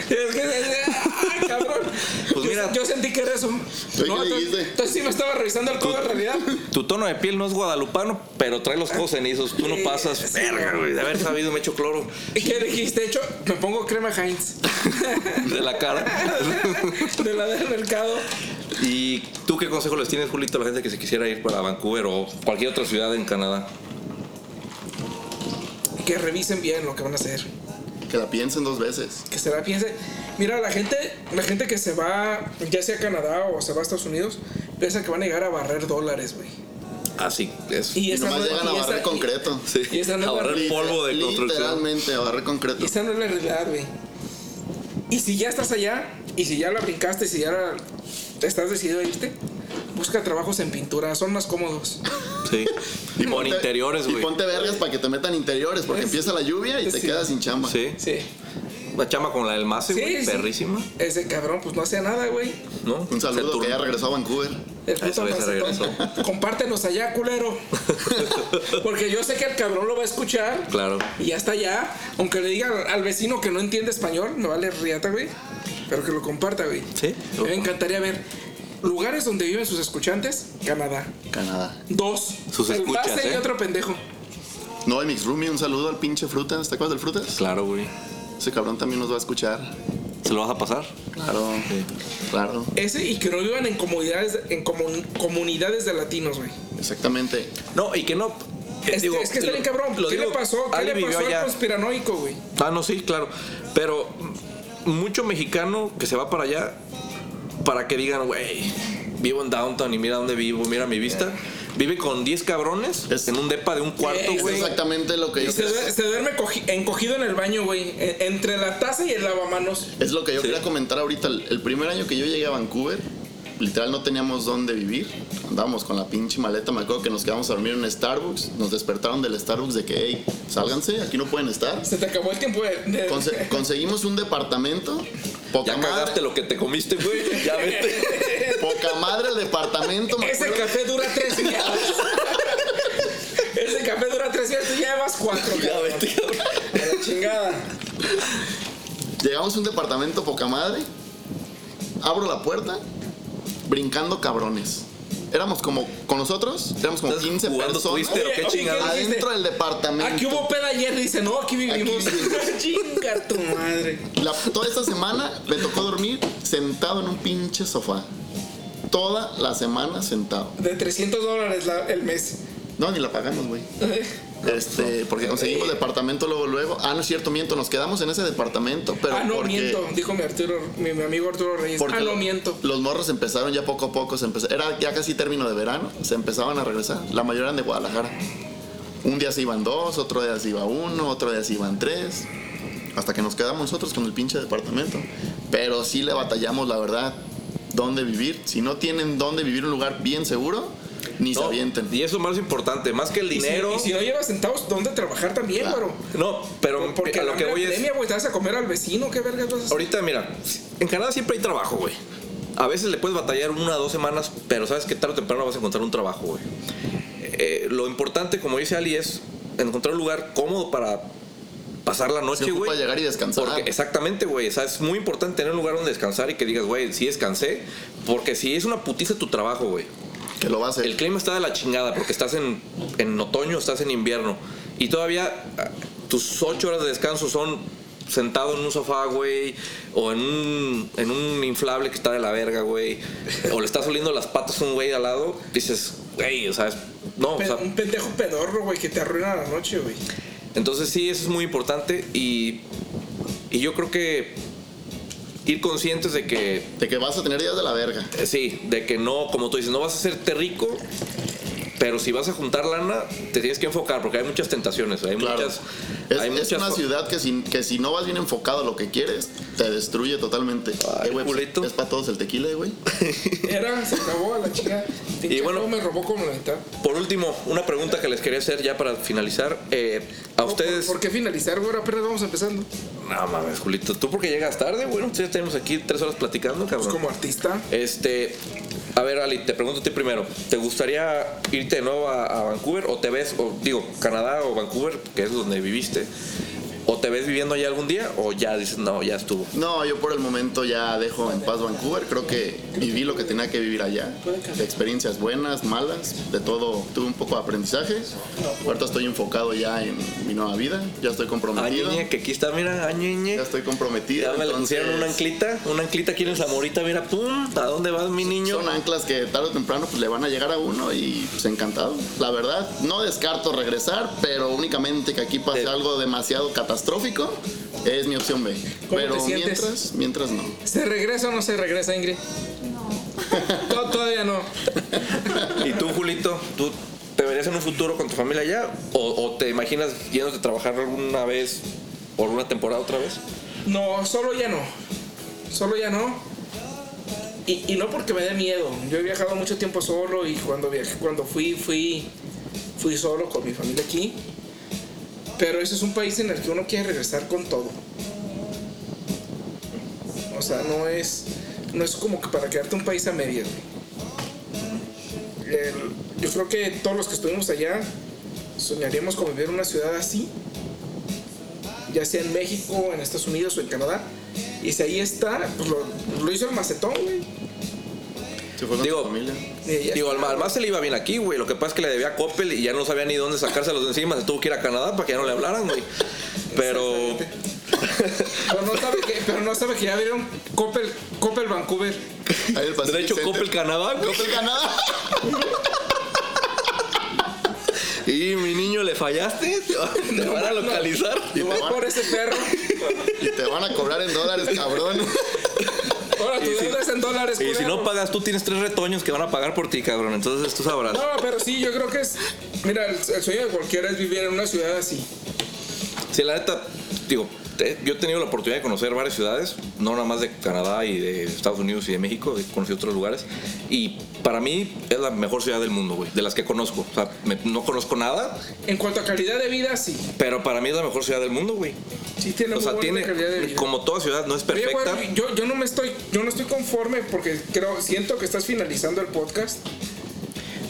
Es que, ay, cabrón.
Pues
Yo-
mira.
yo, sentí que era eso. No,
qué
entonces,
dijiste?
entonces sí me estaba revisando el codo en realidad.
Tu tono de piel no es guadalupano, pero trae los codos cenizos. Tú no
Eh, sí,
pasas. Verga, güey. De haber sabido me echo cloro
¿Y ¿Qué dijiste? De hecho, me pongo crema Heinz.
de la cara.
de la del mercado.
¿Y tú qué consejos les tienes, Julito, a la gente que se quisiera ir para Vancouver o cualquier otra ciudad en Canadá?
Que revisen bien lo que van a hacer.
Que la piensen dos veces.
que se la piense. Mira, la gente, la gente que se va, ya sea a Canadá o se va a Estados Unidos, piensa que van a llegar a barrer dólares, güey.
Así es.
Y,
esa
nomás
no es-
llegan a
y esa-
barrer concreto.
Sí,
y esa no es la
ahorrar
realidad.
polvo de construcción.
Literalmente, a barrer concreto.
y esa no es la realidad, güey. Y si ya estás allá, y si ya la brincaste, si ya la- estás decidido a irte, busca trabajos en pintura, son más cómodos.
Sí. Y con
ponte-
interiores,
Y
güey.
ponte vergas para que te metan interiores, porque
Sí.
empieza la lluvia y te
Sí.
quedas sin chamba.
Sí.
Sí.
Una chamba como la del Mase,
Sí,
güey.
sí.
Perrísima.
Ese cabrón, pues no hacía nada, güey.
¿No?
Un
Se
saludo
turnó.
que ya regresó a Vancouver.
El
Ese
puto
güey se
macetón. Eh, Compártenos allá, culero. Porque yo sé que el cabrón lo va a escuchar.
Claro.
Y ya está allá. Aunque le diga al- al vecino que no entiende español, me vale riata, güey. Pero que lo comparta, güey.
Sí.
A mí Me encantaría ver lugares donde viven sus escuchantes. Canadá.
Canadá.
Dos.
Sus
el
escuchas,
Base y
¿eh?
otro pendejo.
No, y Mix Rumi, un saludo al pinche Frutas. ¿Te acuerdas del Frutas?
Claro, güey.
Ese cabrón también nos va a escuchar.
¿Se lo vas a pasar?
Claro,
Sí.
claro.
Ese y que no vivan en comunidades, en comun- comunidades de latinos, güey.
Exactamente.
No, y que no. eh,
Es,
digo,
es que está bien cabrón.
lo
¿Qué
digo,
le pasó? ¿Qué
Ali
le
vivió
pasó al
allá.
conspiranoico, güey?
Ah, no, sí, claro. Pero mm, mucho mexicano que se va para allá para que digan, güey, vivo en downtown y mira dónde vivo, mira mi vista. Vive con 10 cabrones
Es-
en un depa de un cuarto,
Es
Es
güey.
exactamente lo que yo
Se,
quería.
due- se duerme cogi- encogido en el baño, güey. e- Entre la taza y el lavamanos.
Es lo que yo
Sí.
quería comentar ahorita. El, el primer año que yo llegué a Vancouver, literal no teníamos dónde vivir. Andábamos con la pinche maleta. Me acuerdo que nos quedamos a dormir en un Starbucks. Nos despertaron del Starbucks de que, hey, sálganse, aquí no pueden estar.
Se te acabó el tiempo de. de-
Conse- conseguimos un departamento. Poca
Ya
madre,
cagaste lo que te comiste, güey. Ya vete.
poca madre el departamento. me
Ese
acuerdo.
café dura tres días. Ese café dura tres días, tú ya llevas cuatro,
Ya
cabrón.
vete, cabrón.
A la chingada.
Llegamos a un departamento poca madre. Abro la puerta. Brincando cabrones. Éramos como, con nosotros, éramos como
Estás
15
jugando
personas
Twister,
Oye,
¿o qué
oye,
chingados?
¿qué dijiste?
adentro del departamento.
Aquí hubo peda ayer, dice, no, aquí vivimos.
Aquí
Chinga tu madre.
La- toda esta semana me tocó dormir sentado en un pinche sofá. Toda la semana sentado.
De 300 dólares la- el mes.
No, ni la pagamos, güey. Este, porque
Eh.
conseguimos departamento luego, luego. Ah, no es cierto, miento, nos quedamos en ese departamento, pero.
ah, no,
porque-
miento, dijo mi, Arturo, mi, mi amigo Arturo Reyes.
porque
Ah, no,
lo-
miento.
Los morros empezaron ya poco a poco, se empezó, era ya casi término de verano, se empezaban a regresar. La mayoría eran de Guadalajara. Un día se iban dos, otro día se iba uno, otro día se iban tres. Hasta que nos quedamos nosotros con el pinche departamento. Pero sí le batallamos, la verdad, dónde vivir. Si no tienen dónde vivir un lugar bien seguro, ni se
No,
avienten.
Y eso más importante, más que el
Y si-
dinero.
Y si, no llevas centavos, ¿dónde trabajar también,
Claro.
güero?
No, pero
Porque
a lo que voy es.
pandemia, güey, te vas a comer al vecino, qué vergas vas a hacer?
Ahorita, mira, en Canadá siempre hay trabajo, güey. A veces le puedes batallar una o dos semanas, pero sabes que tarde o temprano vas a encontrar un trabajo, güey. Eh, lo importante, como dice Ali, es encontrar un lugar cómodo para pasar la
Se
noche,
ocupa
güey.
llegar y descansar.
Porque, exactamente, güey. O sea, es muy importante tener un lugar donde descansar y que digas, güey, sí descansé. Porque si es una putiza tu trabajo, güey.
que lo va a hacer.
El clima está de la chingada porque estás en, en otoño, estás en invierno. Y todavía ah, tus ocho horas de descanso son sentado en un sofá, güey, o en un, en un inflable que está de la verga, güey, o le estás oliendo las patas a un güey de al lado, dices, güey, o sea, es- no, o
Pe-
sea,
un pendejo pedorro, güey, que te arruina la noche, güey.
entonces sí, eso es muy importante y, y yo creo que ir conscientes de que
De que vas a tener días de la verga.
Eh, Sí, de que no, como tú dices, no vas a hacerte rico, pero si vas a juntar lana, te tienes que enfocar, porque hay muchas tentaciones, hay
Claro.
muchas...
Es,
hay
es
muchas
una
fo-
ciudad que si, que si no vas bien enfocado a lo que quieres, te destruye totalmente.
Ay,
Eh, güey,
culito.
es para todos el tequila, eh, güey.
Era, se acabó a la chingada. Pinche
bueno-
juego me robó como la mitad.
Por último, una pregunta que les quería hacer ya para finalizar. eh, a
No,
ustedes...
¿Por, por qué finalizar, güey? Apenas vamos empezando.
No mames, Julito, ¿tú porque llegas tarde? Bueno, ya tenemos aquí tres horas platicando,
Pues
cabrón.
como artista.
Este, a ver, Ali, te pregunto a ti primero. ¿Te gustaría irte de nuevo a, a Vancouver o te ves, o digo, Canadá o Vancouver, que es donde viviste? ¿O te ves viviendo allá algún día o ya dices, no, ya estuvo?
No, yo por el momento ya dejo en paz Vancouver. Creo que viví lo que tenía que vivir allá. Experiencias buenas, malas, de todo. Tuve un poco de aprendizaje. Ahorita estoy enfocado ya en mi nueva vida. Ya estoy comprometido.
Añeñe, que aquí está, mira, añeñe.
Ya estoy comprometido.
Ya me le
entonces,
pusieron una anclita, una anclita aquí en el Zamorita, mira, pum, ¿a dónde vas, mi niño?
Son anclas que tarde o temprano pues, le van a llegar a uno y pues encantado. La verdad, no descarto regresar, pero únicamente que aquí pase
Te-
algo demasiado catastrófico es mi opción B.
¿Cómo
Pero
te sientes?
mientras, mientras no.
¿Se regresa o no se regresa, Ingrid? No. Todavía no.
¿Y tú, Julito, tú te verías en un futuro con tu familia allá? ¿O, o te imaginas yéndote a trabajar alguna vez por una temporada otra vez?
No, solo ya no. Solo ya no. Y, y no porque me dé miedo. Yo he viajado mucho tiempo solo y cuando viajé, cuando fui, fui, fui solo con mi familia aquí. Pero ese es un país en el que uno quiere regresar con todo. sea, no es, no es como que para quedarte un país a medias. güey. El- yo creo que todos los que estuvimos allá soñaríamos con vivir en una ciudad así, ya sea en México, en Estados Unidos o en Canadá. Y si ahí está, pues lo, lo hizo el macetón, güey.
Se fue con
Digo,
tu familia.
Y ya-
Digo, al, al más se le iba bien aquí, güey. Lo que pasa es que le debía a Coppel y ya no sabía ni dónde sacárselos de encima. Se tuvo que ir a Canadá para que ya no le hablaran, güey. Pero.
Pero no sabe que, pero no sabe que ya vieron Coppel, Coppel Vancouver.
Ahí
De
el Pacific
hecho,
Center.
Coppel Canadá, güey.
Coppel Canadá.
Y mi niño, ¿le fallaste? ¿Te van- ¿Te van a localizar?
Nomás por ese perro.
Y te van a cobrar en dólares, cabrón.
Ahora tu deuda es en dólares.
Y si
culero.
no pagas, tú tienes tres retoños que van a pagar por ti, cabrón. Entonces tú sabrás.
No, pero sí, yo creo que es. Mira, el, el sueño de cualquiera es vivir en una ciudad así.
Sí, la neta, digo, te- yo he tenido la oportunidad de conocer varias ciudades, no nada más de Canadá y de Estados Unidos y de México, he conocido otros lugares. Y para mí es la mejor ciudad del mundo, güey, de las que conozco. O sea, me- no conozco nada,
En cuanto a calidad de vida, sí.
pero para mí es la mejor ciudad del mundo, güey.
Sí tiene
O sea,
muy buena calidad de
tiene,
vida.
como toda ciudad, no es
Oye,
perfecta.
güey, yo, yo no me estoy, yo no estoy conforme porque creo, siento que estás finalizando el podcast.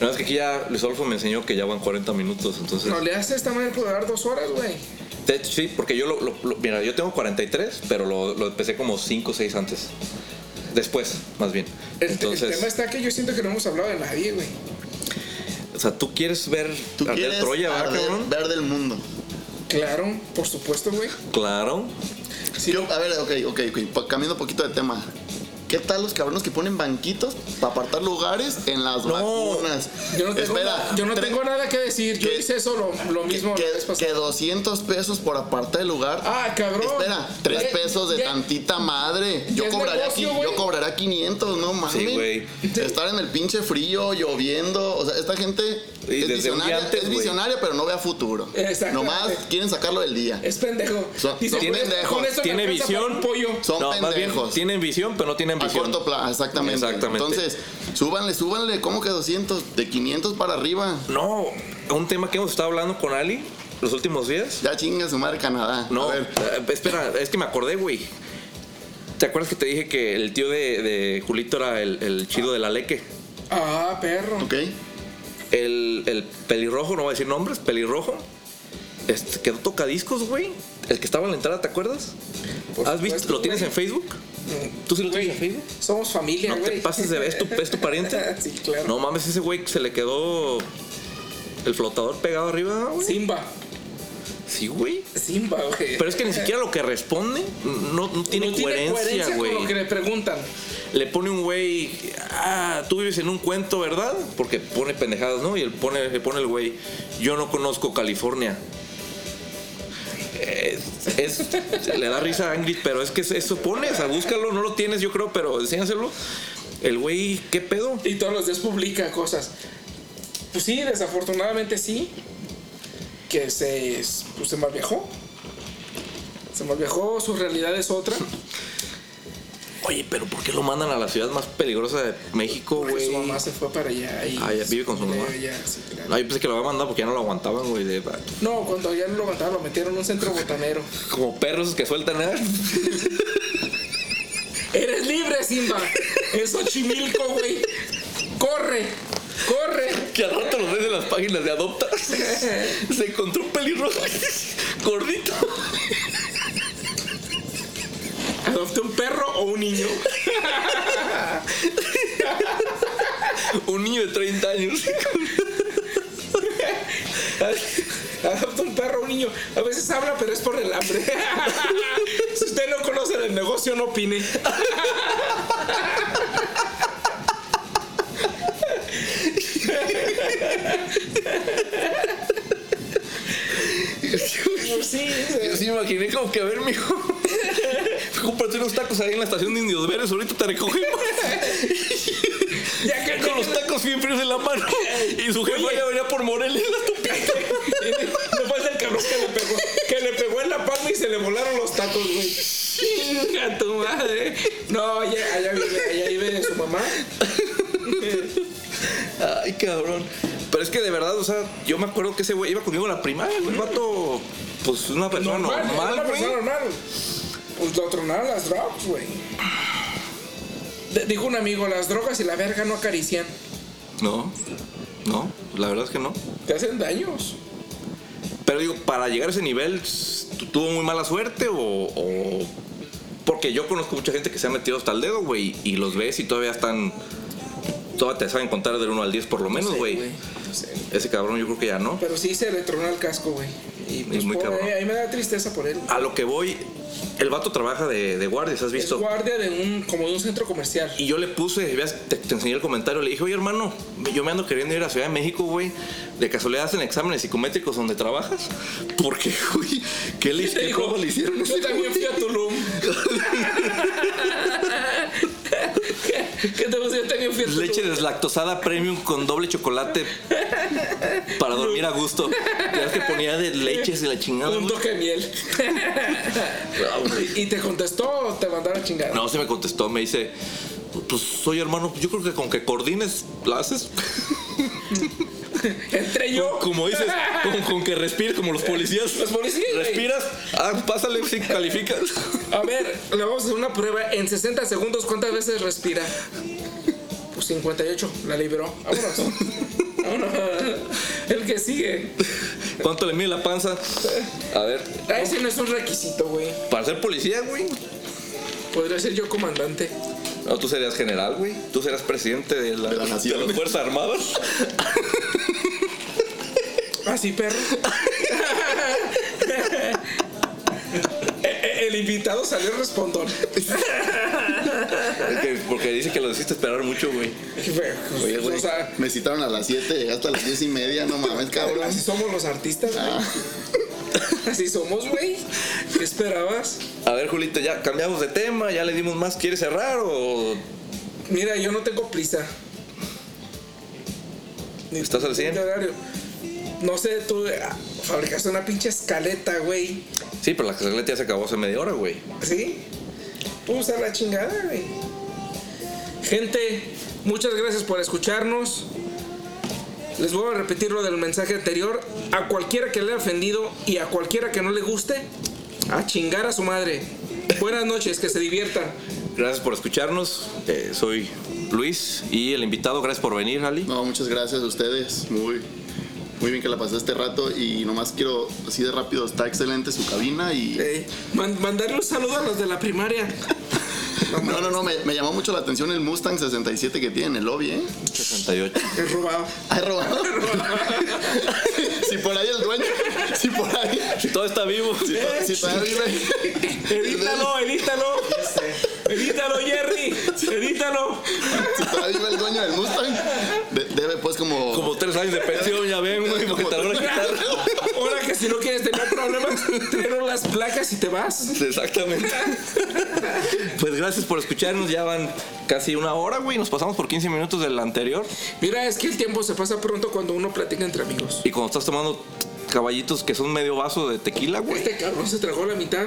No, es que aquí ya Luis Adolfo me enseñó que ya van 40 minutos, entonces...
No le haces esta manera poder dar dos horas, güey.
De hecho, sí, porque yo lo, lo- lo- Mira, yo tengo 43, pero lo, lo empecé como 5 o 6 antes. Después, más bien.
Este, El, el
Entonces...
tema está que yo siento que no hemos hablado de nadie, güey.
O sea, tú quieres ver
Tú
arder
quieres
Troya, ¿verdad,
arder-
cabrón?
ver del mundo.
Claro, por supuesto, güey.
Claro.
Sí,
Yo- a ver, ok, ok, ok. pa- Cambiando un poquito de tema. ¿Qué tal los cabrones que ponen banquitos para apartar lugares en las
No,
vacunas?
Yo no tengo,
Espera,
na- yo no
tre-
tengo nada que decir. Yo
que-
hice eso lo, lo mismo
que,
la vez pasada.
que 200 pesos por apartar el lugar.
Ah, cabrón.
Espera, 3
Ya-
pesos de
ya-
tantita madre. Yo
es
cobraría,
negocio,
qui-
güey.
yo cobraría 500, no mames.
Sí, güey.
Estar en el pinche frío, lloviendo. O sea, esta gente
Y desde un
es,
día
visionaria,
antes,
es
güey.
visionaria, pero no ve a futuro.
Exactamente.
Nomás quieren sacarlo del día.
Es pendejo.
Son- son
"Con esto-
pendejos.
con esto me
Tiene
alcanza para
visión.
un pollo.
Son
no, más bien,
pendejos.
tienen visión, pero no tienen
A
visión.
corto plazo, exactamente.
Exactamente.
Entonces, súbanle, súbanle, ¿cómo que 200? De 500 para arriba.
No, un tema que hemos estado hablando con Ali los últimos días.
Ya chinga su madre Canadá.
No,
A ver,
eh, espera, es que me acordé, güey. ¿Te acuerdas que te dije que el tío de, de Julito era el, el chido del Aleque?
Ah, perro.
ok.
El, el pelirrojo, no voy a decir nombres, pelirrojo. Este, quedó tocadiscos, güey. El que estaba en la entrada, ¿te acuerdas?
Por
¿Has visto?
supuesto,
¿Lo tienes
güey.
en Facebook? ¿Tú sí lo tienes en Facebook?
Somos familia,
No
güey.
te pases de ver, es tu, es tu pariente.
sí, claro.
No mames, ese güey que se le quedó el flotador pegado arriba, güey.
Simba.
Sí, güey.
Simba, güey.
Pero es que ni siquiera lo que responde no, no tiene
No
coherencia,
con lo que
güey.
le preguntan.
Le pone un güey, ah, tú vives en un cuento, ¿verdad? Porque pone pendejadas, ¿no? Y él pone, le pone el güey, yo no conozco California. Es- es- le da risa a Angry, pero es que es- eso pone, o sea, búscalo, no lo tienes, yo creo, pero enséñaselo. El güey, ¿qué pedo?
Y todos los días publica cosas. Pues sí, desafortunadamente sí. Que se, pues se malviajó. Se malviajó, su realidad es otra.
Oye, pero ¿por qué lo mandan a la ciudad más peligrosa de México,
Porque
Oh, güey?
su mamá se fue para allá. Y
Ah, ya vive con su mamá.
Ya, sí, claro.
No, yo pensé que lo había mandado porque ya no lo aguantaban, güey. de-
No, cuando ya lo levantaron, lo metieron en un centro botanero.
Como perros que sueltan, ¿eh?
¡Eres libre, Simba! ¡Es Ochimilco, güey! ¡Corre! ¡Corre!
Que al rato los ves en las páginas de Adopta. Se encontró un pelirrojo gordito.
¿Adopte un perro o un niño?
Un niño de 30 años.
Adopta un perro o un niño. A veces habla, pero es por el hambre. Si usted no conoce del negocio, no opine. Pues sí,
Yo sí me imaginé como que, a ver, mijo. Cómprate unos tacos ahí en la estación de Indios Verdes. Ahorita te recogemos.
ya que
Con los tacos bien fríos en la mano. Y su jefa ya venía por Morelia.
No falta el cabrón que le pegó, que le pegó en la palma y se le volaron los tacos, güey. Chinga tu madre. No, allá, allá vive, allá vive su mamá.
Ay, cabrón. Pero es que de verdad, o sea, yo me acuerdo que ese güey iba conmigo a la primaria, güey. El vato, pues una persona normal,
era una
güey.
persona normal. Pues lo tronaron las drogas, güey. D- dijo un amigo, las drogas y la verga no acarician.
No, no, la verdad es que no.
Te hacen daños.
Pero digo, para llegar a ese nivel, ¿tu- ¿tuvo muy mala suerte o...? o- Porque yo conozco mucha gente que se ha metido hasta el dedo, güey, y los ves y todavía están... Todavía te saben contar del 1 al 10 por lo menos,
Sí,
güey.
No sé.
Ese cabrón yo creo que ya no.
Pero sí se le tronó el casco, güey. Y pues,
muy
pobre,
cabrón.
A mí me da tristeza por él.
A lo que voy, el vato trabaja de, de guardias, ¿has
Es
visto?
guardia de un, como de un centro comercial.
Y yo le puse, veas, te, te enseñé el comentario, le dije, oye hermano, yo me ando queriendo ir a Ciudad de México, güey. De casualidad hacen exámenes psicométricos donde trabajas. Porque, güey, ¿qué le,
Y te
qué
dijo,
robo le hicieron? a
Yo
ese
también fui a Tulum. ¿Qué, qué te pasa? Yo también fui a Tulum.
Leche deslactosada premium con doble chocolate para dormir a gusto. Ya ves que ponía de leches y la chingada.
Un
güey.
toque de miel. ¿Y te contestó o te mandaron a chingar?
No, se me contestó, me dice, pues soy hermano, yo creo que con que coordines la haces.
Entre yo.
Como dices, con, con que respires como los policías.
Los policías, güey.
Respiras, ah, pásale si calificas.
A ver, le vamos a hacer una prueba. En 60 segundos, ¿cuántas veces respira? Pues 58, la liberó. Vámonos. Vámonos. El que sigue.
¿Cuánto le mide la panza? A ver,
Ah, ese no es un requisito, güey.
para ser policía, güey.
Podría ser yo comandante.
No, tú serías general, güey. Tú serás presidente de la,
De la nación.
de las Fuerzas Armadas.
Así, Ah, perro. E- El invitado salió respondón.
Porque- Porque dice que lo hiciste esperar mucho, güey. Oye, güey.
O sea,
Me citaron a las 7, llegaste a las 10 y media, no mames, cabrón.
así somos los artistas, güey.
Ah,
Así somos, güey. ¿Qué esperabas?
A ver, Julito, ya cambiamos de tema, ya le dimos más. ¿Quieres cerrar o
Mira, yo no tengo prisa. Ni-
¿Estás al cien?
ni horario. No sé, tú eh, fabricaste una pinche escaleta, güey.
Sí, pero la casaleta ya se acabó hace media hora, güey.
¿Sí? Puedo usar la chingada, güey. Gente, muchas gracias por escucharnos. Les voy a repetir lo del mensaje anterior. A cualquiera que le haya ofendido y a cualquiera que no le guste, a chingar a su madre. Buenas noches, que se diviertan.
Gracias por escucharnos. Eh, soy Luis y el invitado, gracias por venir, Ali.
No, muchas gracias a ustedes. Muy, muy bien que la pasé este rato y nomás quiero, así de rápido, está excelente su cabina y...
Eh, man- mandarle un saludo a los de la primaria.
No, no, no, me, me llamó mucho la atención el Mustang 67 que tiene en el lobby, ¿eh?
68.
Es robado.
Ah, es robado. si por ahí el dueño, si por ahí...
Todo está vivo.
Si, to- si todavía vive-
Edítalo, edítalo. Edítalo, Jerry. Edítalo.
si todavía vive el dueño del Mustang, de- debe pues como...
Como tres años de pensión, ya ven, güey, porque te lo van a quitar.
Ahora que si no quieres tener problemas, traeron las placas y te vas.
Exactamente. Pues gracias por escucharnos. Ya van casi una hora, güey. Nos pasamos por 15 minutos del anterior.
Mira, es que el tiempo se pasa pronto cuando uno platica entre amigos.
Y cuando estás tomando caballitos que son medio vaso de tequila, güey.
Este cabrón se tragó la mitad.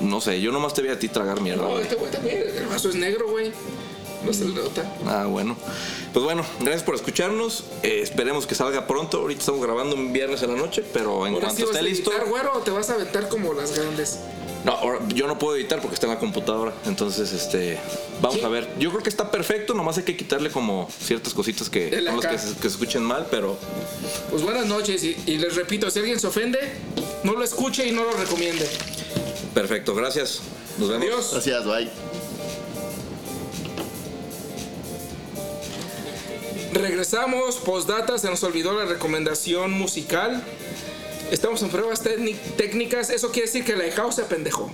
No sé, yo nomás te vi a ti tragar mierda,
No,
güey.
este güey también. El vaso es negro, güey. No se le nota.
Ah, bueno. Pues bueno, gracias por escucharnos. Eh, esperemos que salga pronto. Ahorita estamos grabando un viernes en la noche, pero en
Ahora sí
cuanto
vas
esté
a
listo.
editar, güero, o te vas a aventar como las grandes.
No, ahora- yo no puedo editar porque está en la computadora. Entonces, este. Vamos
Sí.
a ver. Yo creo que está perfecto, nomás hay que quitarle como ciertas cositas que
El
son las
acá.
que se, que se escuchen mal, pero
Pues buenas noches y, y les repito, si alguien se ofende, no lo escuche y no lo recomiende.
perfecto. Gracias. Nos vemos.
Adiós.
Gracias, bye.
Regresamos, postdata, se nos olvidó la recomendación musical. Estamos en pruebas técnic- técnicas, eso quiere decir que la de House se pendejó.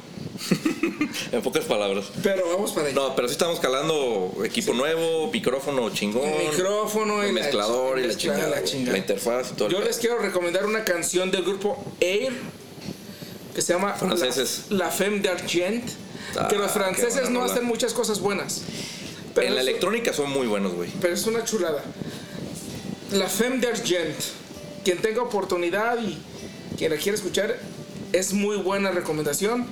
En pocas palabras.
Pero vamos para allá.
No, pero sí estamos calando equipo nuevo, micrófono chingón.
El micrófono y
el
la
mezclador y la
mezcla-
chingada,
la
güey.
chingada.
La interfaz y todo. el
Yo
pedo.
les quiero recomendar una canción del grupo Air que se llama
Franceses.
La, la Femme d'Argent.
Ah,
que los
qué
franceses
buena
no
rola.
hacen muchas cosas buenas. Pero
en la
es-
electrónica son muy buenos, güey.
Pero es una chulada. La Femme d'Argent. Quien tenga oportunidad y quien la quiera escuchar, es muy buena recomendación.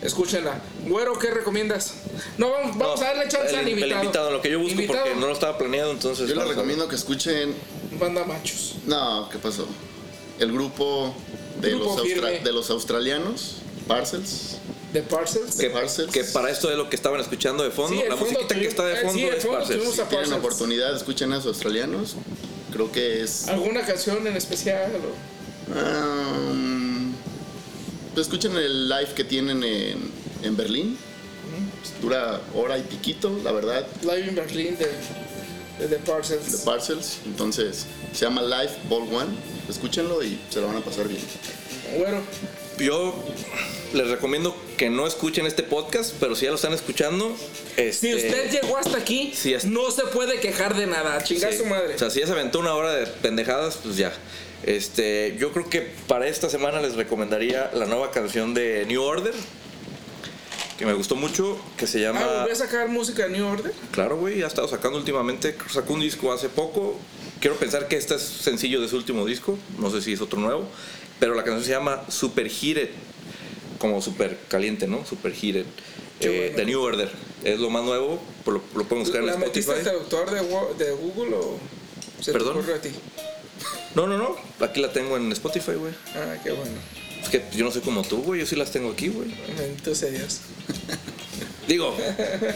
Escúchenla. Güero, ¿qué recomiendas? No, vamos, vamos
No,
a darle chance
el,
al
el
invitado.
invitado, lo que yo busco
Invitado,
porque no lo estaba planeado, entonces.
Yo les
vamos a ver.
recomiendo que escuchen...
Banda machos.
No, ¿qué pasó? El grupo de,
Grupo
los, austra-
firme.
de los australianos, Parcels.
de Parcels.
Que,
Parcels.
que para esto es lo que estaban escuchando de fondo.
Sí, el
la
fondo
musiquita
tuvi-
que está de
eh,
fondo
sí, el
es
fondo
Parcels.
tuvimos a-
Tienen la
Parcels.
oportunidad, escuchen a los australianos. Creo que es.
¿Alguna canción en especial? o-
Um, pues escuchen el live que tienen en, en Berlín. Pues dura hora y piquito, la verdad,
Live in Berlin de, de The Parcels.
de Parcels. Entonces, se llama Live Ball One. Escúchenlo y se lo van a pasar bien.
Bueno,
Yo les recomiendo que no escuchen este podcast, pero si ya lo están escuchando,
si
este,
usted llegó hasta aquí,
sí, es-
no se puede quejar de nada. Chinga
sí.
su madre.
O sea, si ya se aventó una hora de pendejadas, pues ya. Este, yo creo que para esta semana les recomendaría la nueva canción de New Order, que me gustó mucho, que se llama.
ah, voy a sacar música de New Order.
Claro, güey, ha estado sacando últimamente. Sacó un disco hace poco. Quiero pensar que este es sencillo de su último disco. No sé si es otro nuevo. Pero la canción se llama Super Heated. Como super caliente, ¿no? Super Heated.
Qué
Eh,
bueno.
The New Order. Es lo más nuevo. por Lo, lo pueden buscar en
¿La metiste
Spotify.
al traductor de, Wo- de Google o se
Perdón.
te ocurrió a ti?
No, no, no. Aquí la tengo en Spotify, güey.
Ah, qué bueno.
Es que yo no soy como tú, güey. Yo sí las tengo aquí, güey.
Bendito sea Dios.
Digo,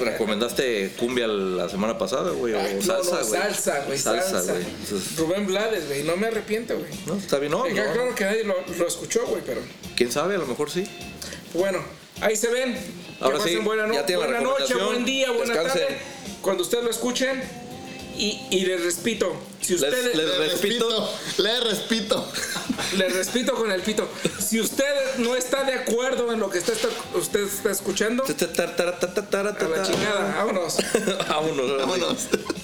recomendaste cumbia la semana pasada, güey. O
Ay, no,
salsa,
no,
güey.
salsa, güey. Salsa,
güey. Entonces,
Rubén Blades, güey. No me arrepiento, güey.
No, está bien. No,
Me queda
no.
claro que nadie lo, lo escuchó, güey, pero
¿Quién sabe? A lo mejor sí.
bueno, ahí se ven. Que
Ahora
pasen
sí,
buena, no-
ya tienen la
buena noche,
recomendación.
buen día, buena
Descansen.
tarde. Cuando ustedes lo escuchen, y, y les repito, si
Les-
ustedes.
les- repito.
Le respito.
Les respito con el pito. Si usted no está de acuerdo en lo que está, está- usted está escuchando,
Ta, ta, ta, ta, ta, ta, ta,
a
ta,
la
ta.
chingada, vámonos.
Vámonos. ahora sí.
Vámonos.